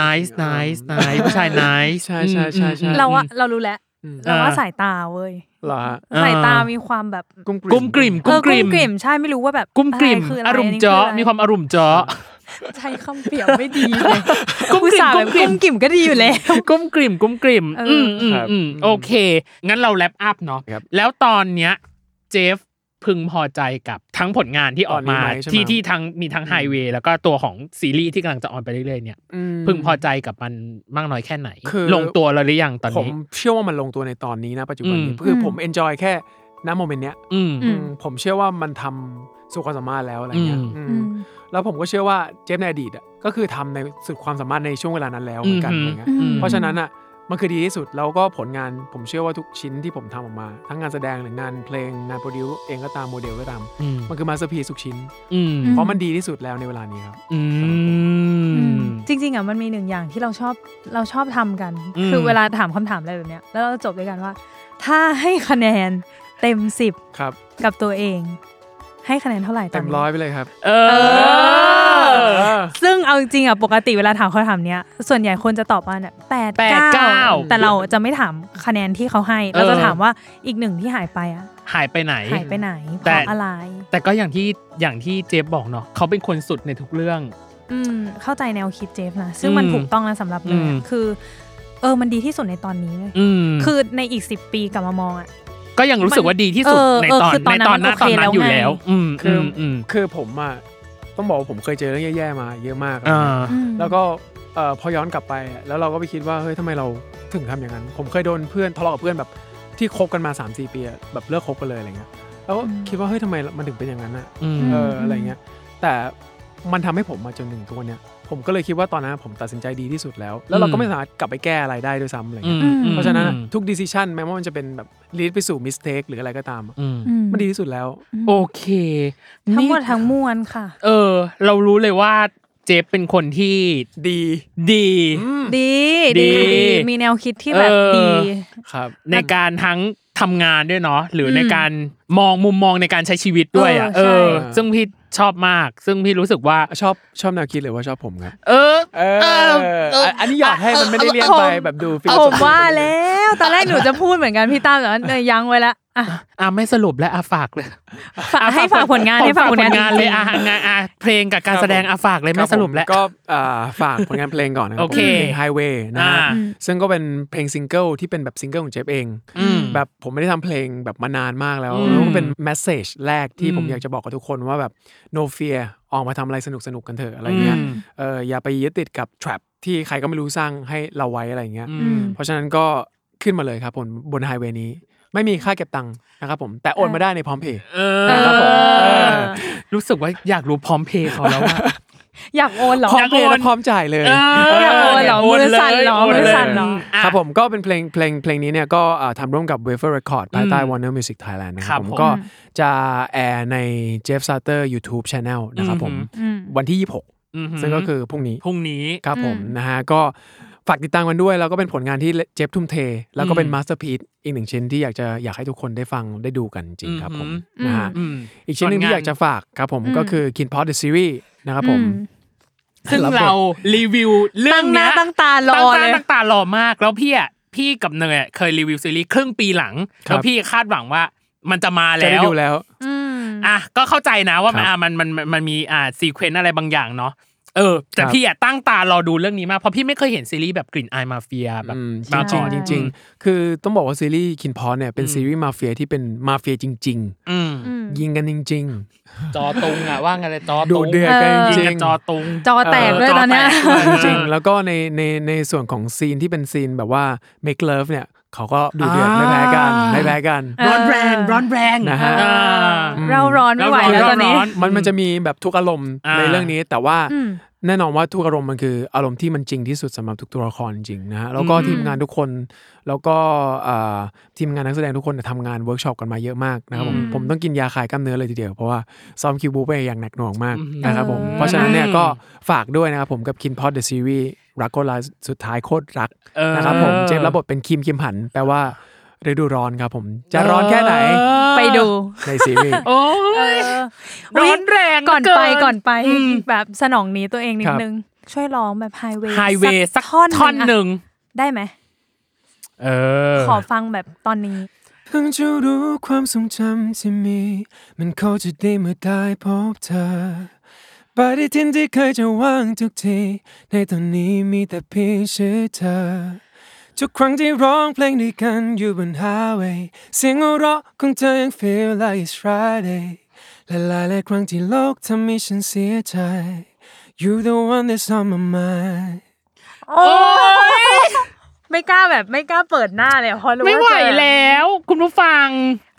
S2: nice nice nice ผู้ชาย nice
S4: ใช่ใช่ใช่
S2: อื
S4: ใช่
S2: ม
S3: เราว่าเรารู้แล้ว
S4: อืม
S3: เราว่า
S2: อ่า
S3: สายตาเว้ย
S4: เหรอฮะ
S2: อ่า
S3: สายตามีความแบบ
S4: กุ้ม
S2: กุ้มกลิ่ม
S3: เออ
S2: กุ้มกลิ่ม
S3: มกลิ่มใช่ไม่รู้ว่าแบบ
S2: กุ้มกลิ่ม
S3: ะไคือ
S2: อา
S3: อะ
S2: ร
S3: ไร
S2: ม
S3: น
S2: ณ์
S3: นี้
S2: เจาะ
S3: คืออะไร
S2: มีความอารมณ์เจาะ
S3: ใช้คำเปรียบไม่ดีเลย
S2: กุ้มกลิ่ม
S3: อุตส่าห์แบบ
S2: กุ้
S3: กุ้
S2: ม
S3: ม
S2: ก
S3: ก
S2: ลิ่
S3: ลิ่
S2: ม
S3: มก็ดีอยู่แล้ว
S2: กุ้มกลิ่มกุ้มกลิ่ม
S3: เอออื
S2: อืมอืมอืมโอเค งั้นเราแรปอัพเนาะ
S4: ครับ
S2: แล้วตอนเนี้ยเจฟพึงพอใจกับทั้งผลงานที่ออกมา
S4: ตอนนี้ไหมใช่ไหม
S2: ที่ที่ทั้งมีทั้งไฮเวย์แล้วก็ตัวของซีรีส์ที่กำลังจะออนไปเรื่อยๆเนี่ย
S4: อืม
S2: พึงพอใจกับมันมากน้อยแค่ไหน
S4: คือ
S2: ลงตัวแล้วหรือยังตอน
S4: ผม
S2: นี้
S4: เชื่อว่ามันลงตัวในตอนนี้นะปัจจุบัน
S2: อื
S4: นี้
S2: ม
S4: คืออ
S3: ม
S4: ผมเอนจอยแค่ณโมเมนต์เนี้ย
S2: อืม
S3: อืม
S4: ผมเชื่อว่ามันทำสู่ความสามารถแล้วอะไรเงี้ย
S2: อืม
S4: อืม
S3: อืม
S4: แล้วผมก็เชื่อว่าเจฟในอดีตอ่ะก็คือทำในสุดความสามารถในช่วงเวลานั้นแล้วเหมือนกันอะไรเงี้ย
S2: อืม
S4: เพราะฉะนั้นอ่ะมันคือดีที่สุดแล้วก็ผลงานผมเชื่อว่าทุกชิ้นที่ผมทำออกมา ทั้งงานแสดงหรืองานเพลงงานโปรดิวเองก็ตามโมเดลก็ตาม
S2: อืม
S4: มันคือมาสเตอร์พีทุกชิ้น
S2: อืม
S4: เพราะมันดีที่สุดแล้วในเวลานี้ครับ
S2: อืม
S3: จริงๆอ่ะมันมีหนึ่งอย่างที่เราชอบเราชอบทำกัน
S2: อืม
S3: คือเวลาถามคำถามอะไรแบบเนี้ยแล้วเราจบด้วยกันว่า ถ้าให้คะแนนเต็มสิบ
S4: ครับ
S3: กับตัวเอง ให้คะแนนเท่าไหร่ตอน
S4: เต็ม
S3: นี้
S4: ร้อยไปเลยครับ
S2: เออ
S4: เออ
S3: ซึ่งเอาจริงๆอ่ะปกติเวลาถามคำถามเนี้ยส่วนใหญ่คนจะตอบว่าเนี่ยแปด
S2: แปดเก้า
S3: เก้าแต่เราจะไม่ถามคะแนนที่เขาให้ เราจะถามว่าอีกหนึ่งที่หายไปอ่ะ
S2: หายไปไหน
S3: หายไปไหนเพ
S2: แต่
S3: ราะอะไร
S2: แต่ก็อย่างที่อย่างที่เจฟบอกเนาะเขาเป็นคนสุดในทุกเรื่อง
S3: อืมเข้าใจแนวคิดเจฟนะซึ่งมัน
S2: อืม
S3: ถูกต้องนะสำหรับเลย
S2: อืม
S3: อะคือ เออมันดีที่สุดในตอนนี้เลย
S2: อืม
S3: คือในอีกสิบปีกลับมามองอ่ะ
S2: ก็ยังรู้สึกว่าดีที่สุด
S3: เออ
S2: ใน
S3: เออ
S2: ตอน
S3: คือตอน
S2: ในตอนห
S3: นั้
S2: น้าน
S3: มัน
S2: ตอน
S3: โอเคแล้
S2: นั้น
S3: ว
S2: อยู่
S3: ไง
S2: แล้ว อืม
S4: คื
S2: อื
S4: อ
S2: ม
S4: อื
S2: อืม
S4: คือผมอ่ะต้องบอกว่าผมเคยเจอเรื่องแย่ๆมาเยอะมากอะไร
S2: อ่า
S4: เงี้ย
S3: อืม
S4: แล้วก็เอ่อพอย้อนกลับไปอะแล้วเราก็ไปคิดว่าเฮ้ยทำไมเราถึงทำอย่างนั้น ผมเคยโดนเพื่อนทะเลาะกับเพื่อนแบบที่คบกันมา 3 4 ปีอะแบบเลิกคบกันเลยอะไรเงี้ยแล้วก็
S3: อืม
S4: คิดว่าเฮ้ยทำไมมันถึงเป็นอย่างนั้นอะ
S2: อืม
S4: เออ
S3: ม
S4: ออะไรเงี้ยแต่มันทำให้ผมมาจนถึงทุกวันเนี้ยผมก็เลยคิดว่าตอนนั้นผมตัดสินใจดีที่สุดแล้ว แล้วเราก็ไม่สามารถกลับไปแก้อะไรได้ด้วยซ้ำอะไร
S2: อื
S4: เงี้ย
S2: ม
S3: อืม
S2: อืม
S4: เพราะฉะนั้นอะทุก decision แม้ว่ามันจะเป็นแบบ lead ไปสู่ mistake หรืออะไรก็ตามอะ
S2: อืม
S3: อื
S4: มันดีที่สุดแล้ว
S2: โอเค
S3: ทั้งหมด
S2: นี่
S3: ทั้งมวลค่ะ
S2: เออ เรารู้เลยว่า เจฟเป็นคนที่
S4: ดี
S2: ดี
S3: ดี
S2: ดี
S3: ดีดีมีแนวคิดที่แบบ
S2: เออ
S3: ดี
S4: ครับ
S2: ในการทั้งทำงานด้วยเนาะหรืออ
S3: ม
S2: ในการมองมุมมองในการใช้ชีวิตด้วยอ่ะ
S3: เอ
S2: เอ
S3: อใช่
S2: อ ซึ่งพี่ชอบมาก ซึ่งพี่รู้สึกว่า
S4: ชอบชอบแนวคิดหรือว่าชอบผมครับ
S2: เออ
S4: เอออ่ะอันนี้หยอดให้มันไม่ได้เรียงไปแบบดูฟิล
S3: ผมว่าแล้วตอนแรกหนูจะพูดเหมือนกันพี่ตั้มแต่ว่าเออยังไว้ละอ่ะ
S2: อ่ะไม่สรุปและอ่ะฝากเลย
S3: ฝากให้ฝากผลงานให้ฝากผลงานจ
S2: เล
S3: ริ
S2: ย
S3: ง
S2: อ่ะงานอ่ะเพลงกับการแสดงอ่ะฝากเลย
S4: ค
S2: ไม่
S4: บ
S2: สรุปแล้ว
S4: ผมก็อ่าฝากผลงานเพลงก่อนนะครั
S2: โอเค
S4: ผมพลง Highway นะฮะ
S2: อ่า
S4: ซึ่งก็เป็นเพลงซิงเกิลที่เป็นแบบซิงเกิลของเจฟเอง
S2: อืม
S4: แบบผมไม่ได้ทำเพลงแบบมานานมากแล้ว
S2: อืม
S4: แล้วก็เป็นแมสเซจแรกที่ผม
S2: อืม
S4: อยากจะบอกกับทุกคนว่าแบบ no fear ออกมาทำอะไรสนุกสนุกๆกันเถอะอะไรเงี้ย
S2: อืม
S4: เอออย่าไปยึดติดกับ trap ที่ใครก็ไม่รู้สร้างให้เราไว้อะไรเงี้ย
S3: อืม
S4: เพราะฉะนั้นก็ขึ้นมาเลยครับผมบนไฮเวย์นี้ ไม่มีค่าเก็บตังค์นะครับผมแต่โอนมาได้ในพร้อมเพย์
S2: เอ
S3: เอ
S2: อ
S3: อ
S2: รู้สึกว่าอยากรู้พร้อมเพย์เขาแล้วว่า
S3: อยากโอนเหรอ
S4: พร้อมเพลย์และพร้อมจ่ายเลย
S2: เออ
S3: อยากโอนเหรอ
S2: โอนเลย
S3: มือสั่นเหรอ
S2: โอนเลย
S3: มือสั่นเหรอ
S2: ะ
S4: ครับผมก็เป็นเพลงเพลงเพลงนี้เนี่ยก็อ่าทำร่วมกับ w a f e r Record ภายใต้
S2: อืม
S4: Warner Music Thailand นะค
S2: ครั
S4: รับบ ผม
S2: ผม
S4: ก็จะแอร์ใน Jeff Sutter YouTube Channel นะครับผม
S2: อืม
S3: อืม
S4: วันที่ 26
S2: อือหื
S4: ซึ่งก็คือพรุ่งนี้
S2: พรุ่งนี้
S4: ครับผม
S3: อืม
S4: นะฮะก็ฝากติดตามกันด้วย แล้วก็เป็นผลงานที่เจฟทุ่มเท แล้วก็เป็น
S2: อืม
S4: มาสเตอร์พีซอีกหนึ่งชิ้นที่อยากจะอยากให้ทุกคนได้ฟังได้ดูกันจริงครับผม
S2: อืม
S4: นะฮะ
S2: อืม
S4: อีกชิ้นหนึ่งที่อยากจะฝากครับผมก็คือ Kin Pod The Series นะครับผม
S3: อืม
S2: ซึ่งเรารีวิวเรื่อ
S3: ตั้
S2: ง
S3: งหน้า
S2: เนี้ย
S3: ตั้งตารอ
S2: ตั้งตา
S3: เลย
S2: ตั้งตารอมาก แล้วพี่อ่ะพี่กับเนยอะเคยรีวิวซีรีส์ครึ่งปีหลัง
S4: ครับ
S2: แล้วพี่คาดหวังว่ามันจะมา
S4: จะ
S2: แล้
S4: ได้
S2: ว
S4: ดูแล้ว
S3: อืม
S2: อ่ะก็เข้าใจนะว่ามัน
S4: ครับ
S2: อ่ะมันมันมันมันมีอ่าซีเควนต์อะไรบางอย่างเนาะเออ แต่
S4: ครับ
S2: พี่อ่ะตั้งตารอดูเรื่องนี้มากเพราะพี่ไม่เคยเห็นซีรีส์แบบกลิ่นอายมาเฟียแบบ
S4: อืม
S2: มา
S4: จริ
S2: ก่
S4: ง
S2: อน
S4: ๆจริง ๆ คือต้องบอกว่าซีรีส์คินพอเนี่ยเป็นซีรีส์มาเฟียที่เป็นมาเฟียจริง
S2: อืม
S3: อืม
S4: ๆ ยิงกันจริง
S2: จอตุงอ่ะว่าไงเลยจอ
S4: ๆ ดู
S2: ตุง
S4: เดือดกันจ
S2: ยิง
S4: ริ
S2: กั
S4: ง
S2: น
S4: ๆ
S2: จอตุง
S3: จอแตกด้วย
S2: เออ
S3: ตอนเนี้ย
S2: จอแตก
S4: จริงๆ แล้วก็ในในในส่วนของซีนที่เป็นซีนแบบว่า make love เนี่ยเขาก็ดูเดือด
S2: อ่า
S4: ไม่แพ้กันไม่แพ้กัน
S3: เออ
S2: ร้อนแรงร้อนแรง
S4: นะฮะ
S2: เออ
S3: เราร้อนไม่ไหวแล้วตอนนี้
S2: เราร้อน
S4: มันมันจะมีแบบทุกอารมณ์
S2: อ่า
S4: ในเรื่องนี้ แต่ว่า
S3: อืม
S4: แน่นอนว่าทุกอารมณ์มันคืออารมณ์ที่มันจริงที่สุดสำหรับทุกตัวละครจริงๆนะฮะแล้วก็ทีมงานทุกคน แล้วก็เอ่อทีมงานนักแสดงทุกคนเนี่ยทำงานเวิร์กช็อปกันมาเยอะมากนะครับผม
S3: อืม
S4: ผมต้องกินยาคลายกล้ามเนื้อเลยทีเดียว เพราะว่าซ้อมคิวบูไปอย่างหนักหน่วงมาก
S2: อืม
S4: นะครับผมเพราะฉะนั้นเนี่ยก็ฝากด้วยนะครับผมกับคินพอดเดอะซีรีส์รักโคตรลายสุดท้ายโคตรรัก
S2: เออ
S4: นะครับผมเจมส์รับบทเป็นคิมคิมหัน แปลว่าฤดูร้อนครับผมจะร้อนแค่ไหน
S2: เออ
S3: ไปดู
S4: ในซีรีส์
S2: โอ้ย
S3: เ
S2: ร้อนแรง
S3: ก่อนไป
S2: เ
S3: ก่อนไป
S2: อืม
S3: แบบสนองนี้ตัวเองนิ
S4: ค
S3: ด
S4: รับ
S3: นึง ช่วยร้องแบบไฮเวย์
S2: ไฮเวย์สักท่อนหนึ่ง
S3: ได้ไหม
S2: เออ
S3: ขอฟังแบบตอนนี้
S4: เพิ่งจะรู้ความทรงจำที่มี มันเขาจะได้เมื่อได้พบเธอปฏิทินที่เคยจะว่างทุกที ในตอนนี้มีแต่เพียงชื่อเธอ ทุกครั้งที่ร้องเพลงด้วยกันอยู่บน highway เสียงหัวเราะของเธอยัง feel like it's Friday และหลายหลายๆครั้งที่โลกทำให้ฉันเสียใจ You the one that's on my mind
S3: โอ้ยไม่กล้าแบบไม่กล้าเปิดหน้าเลยเพราะรู้
S2: ไม่ไหว
S3: าจะ
S2: แล้ว คุณผู้ฟัง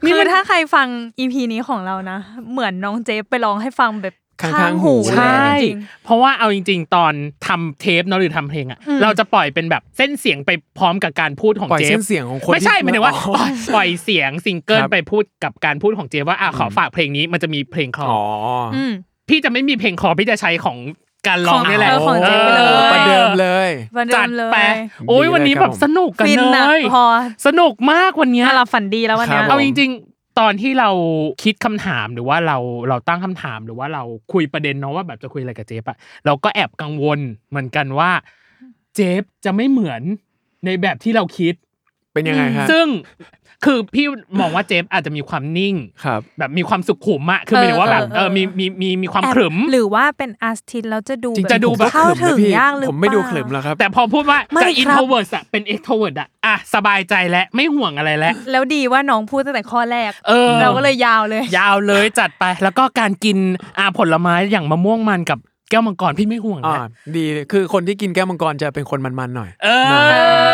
S2: นี่
S3: คือ
S2: มัน
S3: ถ้าใครฟังอีพีนี้ของเรานะ เหมือนน้องเจฟไปร้องให้ฟังแบบ
S4: ข้างๆ
S3: ข้างหู
S4: หู
S3: เล
S2: ใช่
S3: ยจริง
S2: เพราะว่าเอาจริง ๆ ตอนทำเทปเนาะหรือทำเพลงอ่ะ
S3: อืม
S2: เราจะปล่อยเป็นแบบเส้นเสียงไปพร้อมกับการพูดของ
S4: ปล่อย
S2: เจ
S4: เส้
S2: ฟ
S4: นเสียงของคน
S2: ไม่ใช่
S4: ที่
S2: หมายถึงว่า
S4: อ๋อ
S2: ปล่อยปล่อยเสียงซิงเกิล
S4: ครับ
S2: ไปพูดกับการพูดของเจฟว่าอ่ะขอฝากเพลงนี้มันจะมีเพลงคลอ
S4: อ๋อ
S3: ๆอืม
S2: พี่จะไม่มีเพลงคลอพี่จะใช้ของการร้อง
S3: ของ
S2: นี่แหละ
S3: เออของเจฟ
S2: ออ
S3: ไปเลย
S4: ประเดิมเลย
S3: วันเดิ
S2: จัด
S3: มเล
S2: ไป
S3: ย
S2: โอ้ย
S4: ดีเลย
S2: วันนี้
S4: ครับ
S2: แบบ
S4: ผม
S2: สนุกกัน
S3: ฟิน
S2: เล
S3: นะ
S2: ย
S3: พอ
S2: สนุกมากวันเนี้ย
S3: ถ้าเราฝันดีแล้ววันเนี้ย
S4: ครับ
S2: เอา
S4: ผม
S2: จริงๆ ตอนที่เราคิดคำถามหรือว่าเราเราตั้งคำถามหรือว่าเราคุยประเด็นเนาะว่าแบบจะคุยอะไรกับเจฟอะเราก็แอบกังวลเหมือนกันว่า เจฟจะไม่เหมือนในแบบที่เราคิด
S4: เป็นยังไงฮะ
S2: ซึ่งคือพี่มองว่าเจฟอาจจะมีความนิ่ง
S4: ครับ
S2: แบบมีความสุขุมอะคือหมายถึงว่าแบบเอ
S3: เออเออ
S2: อมีมีมีมีความ
S3: แอบ
S2: ขรึม
S3: หรือว่าเป็นอาร์ติสแล้วจะดู
S4: จริง
S2: ๆจะดูแบบ
S3: เข้า
S4: ขรึ
S3: ถึ
S4: ม
S3: ง
S4: นะพี่
S3: ยากหรือ
S4: ผมไม่ดูข
S3: เป
S4: ลึ
S3: ล่า
S4: มแล้วครับ
S2: แต่พอพูดว่า
S3: ไม่
S2: จะ
S3: ครับ
S2: introvert อะเป็น extrovert อะอะสบายใจแล้วไม่ห่วงอะไรแล้ว
S3: แล้วดีว่าน้องพูดตั้งแต่ข้อแรก
S2: เออ
S3: เราก็เลยยาวเลย
S2: ยาวเลยจัดไปแล้วก็การกินอาผลไม้อย่างมะม่วงมันกับแก้วมังกรพี่ไม่ห่วง
S4: อ่า
S2: นะ
S4: ดีเลยคือคนที่กินแก้วมังกรจะเป็นคนมันๆหน่อย
S2: เออ
S3: อ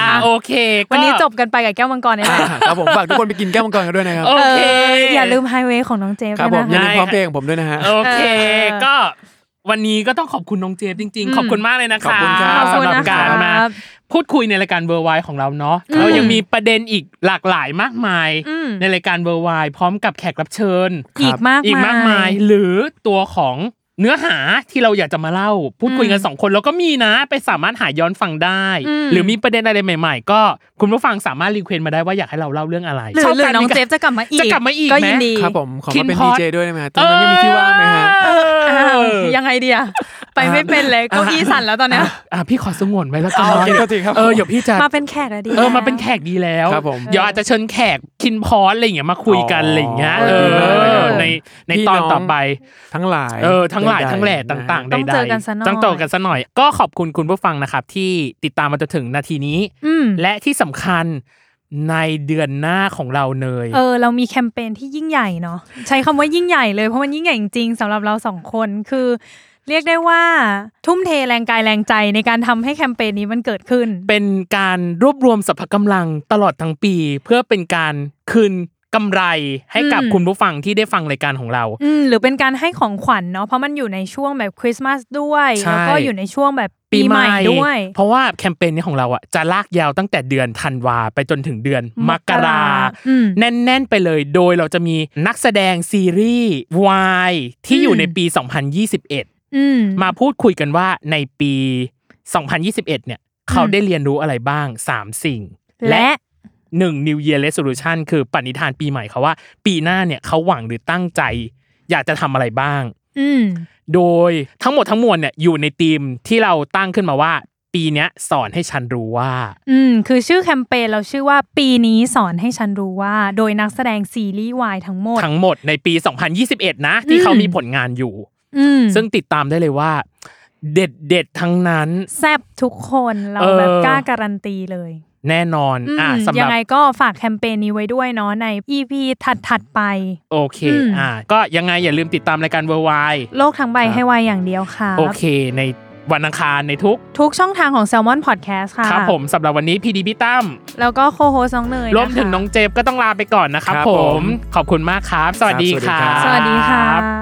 S2: อ่าโอเคก็
S3: วันนี้จบกันไปกับแก้วมังกรนี่แหละ
S4: อ่าครับผมฝากทุกคนไปกินแก้วมังกรกันด้วยนะครับ
S2: โอเค
S3: อย่าลืมไฮเวย์ของน้องเจฟ
S4: ครับ
S3: ด้
S4: ผ
S3: วย
S4: ม
S3: นะ
S4: อ
S3: คะ
S4: ย่าลืม
S2: ได้
S4: พร้อมเพลงของผมด้วยนะฮะ
S2: โอเค
S3: เออ
S2: ก็วันนี้ก็ต้องขอบคุณน้องเจฟจริง
S3: อืม
S2: ๆ ขอบคุณมากเลยนะ
S4: ขอบ
S2: คะ
S4: คุณครับ
S2: สำหรับ
S3: นะ
S2: การมา
S3: ครับ
S2: พูดคุยในรายการเบอร์ไวของเราเนาะ
S3: อืม
S2: แล้วยังมีประเด็นอีกหลากหลายมากมาย
S3: อืม
S2: ในรายการเบอร์ไวพร้อมกับแขกรับเชิญ
S3: อีกมาก
S2: อีกมากมายหรือตัวของ เนื้อหาที่เราอยากจะมาเล่า พูดคุยกัน
S3: อืม
S2: สองคนแล้วก็มีนะไปสามารถหาย้อนฟังได้
S3: อืม
S2: หรือมีประเด็นอะไรใหม่ๆ ก็คุณผู้ฟังสามารถรีเควสต์มาได้ว่าอยากให้เราเล่าเรื่องอะไร
S3: หรือหรือน้องเจฟจะกลับมาอีก
S2: จะกลับมาอีก
S3: ก็
S2: ไหม
S3: ยินดี
S4: ครับผมขอ
S2: คิ
S4: มานเป็น
S2: พอ
S4: ดี
S2: ด
S4: เจด้วยได้ไหมฮะตรงนั้นยังมีที่ว่างไหมฮะ
S2: เออ
S3: อ้าวยังไงดีอะไปไม่เป็นเลยเก้าอี้สั่นแล้วตอนเนี้ย
S2: อ่ะพี่ขอสงวนไว้แล้วกัน
S4: อ่าโอเค
S2: เนาะ
S4: โทษทีครับ
S2: เออเดี๋ยวพี่จะ
S3: มาเป็นแขกแล้วดี
S2: เออ
S3: แล้ว
S2: มาเป็นแขกดีแล้ว
S4: ครับผม
S2: เดี๋ยวอาจจะเชิญแขกคินพอสอะไรอย่างเงี้ยมาคุยกัน
S4: อ๋ออ
S2: อะไรอย่างเงี้ย
S3: เอ
S2: เออ
S3: อ
S2: ในใน
S4: พี่
S2: ตอน
S4: น้อง
S2: ต่อไป
S4: ทั้งหลาย
S2: เออทั้งหลาย
S4: ใดๆ
S2: ทั้งแหล่
S4: นะฮะ
S2: ต่างๆ
S3: ต้อง
S2: ใด
S3: เจอกันซะหน่อ
S2: ๆ
S3: ย
S2: ต้องเจอกันซะหน่อย ก็ขอบคุณคุณผู้ฟังนะครับ ที่ติดตามมาจนถึงนาทีนี้
S3: อืม
S2: และที่สำคัญในเดือนหน้าของเราเนย
S3: เออ เรามีแคมเปญที่ยิ่งใหญ่เนาะใช้คำว่ายิ่งใหญ่เลยเพราะมันยิ่งใหญ่จริงๆสำหรับเราสองคนคือ เรียกได้ว่าทุ่มเทแรงกายแรงใจในการทำให้แคมเปญนี้มันเกิดขึ้น
S2: เป็นการรวบรวมสรรพกำลังตลอดทั้งปี เพื่อเป็นการคืนกำไรให้กับ
S3: อืม
S2: คุณผู้ฟังที่ได้ฟังรายการของเรา
S3: อืมหรือเป็นการให้ของขวัญเนาะเพราะมันอยู่ในช่วงแบบคริสต์มาสด้วย
S2: ใช่
S3: แล้วก็อยู่ในช่วงแบบปีใหม่ด้วย
S2: เพราะว่าแคมเปญนี้ของเราอ่ะจะลากยาวตั้งแต่เดือนธันวาไปจนถึงเดือนมกราม
S3: อืม
S2: แน่น ๆ ไปเลย โดยเราจะมีนักแสดงซีรีส์วายที่อยู่
S3: อืม
S2: ในปี 2021
S3: อืม
S2: มาพูดคุยกันว่าในปี 2021 เนี่ย เขาได้เรียนรู้อะไรบ้าง 3 สิ่ง
S3: และ
S2: 1 New Year Resolution คือปณิธานปีใหม่เขาว่าปีหน้าเนี่ยเขาหวังหรือตั้งใจ อยากจะทำอะไรบ้าง
S3: อืม
S2: โดยทั้งหมดทั้งมวลเนี่ยอยู่ในธีมที่เราตั้งขึ้นมาว่า ปีเนี้ยสอนให้ฉันรู้ว่า
S3: อืม คือชื่อแคมเปญเราชื่อว่าปีนี้สอนให้ฉันรู้ว่า โดยนักแสดงซีรีส์วายทั้งหมด
S2: ทั้งหมดในปี 2021 นะ ที่เขามีผลงานอยู่
S3: อืม
S2: ซึ่งติดตามได้เลยว่า เด็ดเด็ดๆทั้งนั้น
S3: แซบทุกคนเรา
S2: เออ
S3: แบบกล้าการันตีเลย
S2: แน่นอน
S3: อืม
S2: อ่ะสำห
S3: ยั
S2: รับ
S3: ไงก็ฝากแคมเปญนี้ไว้ด้วยเนาะใน EP ถัดถัดๆไป
S2: โอเค
S3: อืม
S2: อ่ะก็ยังไงอย่าลืมติดตามรายการเวอร์ไว
S3: โลกทั้งใบให้วายอย่างเดียวค่ะ
S2: โอเค ในวันอังคารในทุก
S3: ทุกช่องทางของ Salmon Podcast ค่ะ
S2: ครับผมสำหรับวันนี้พีดีพี่ตั้ม
S3: แล้วก็โคโฮสน้องเนย
S2: รวม
S3: นะคะ
S2: ถึงน้องเจฟก็ต้องลาไปก่อนนะครับ
S4: ครับ
S2: ผ
S4: ผม
S2: มขอบคุณมากครับ สวัสดี
S4: ครับสวัสดี
S2: ค
S4: ครั
S2: รับ บ
S3: สวัสดีค่ะ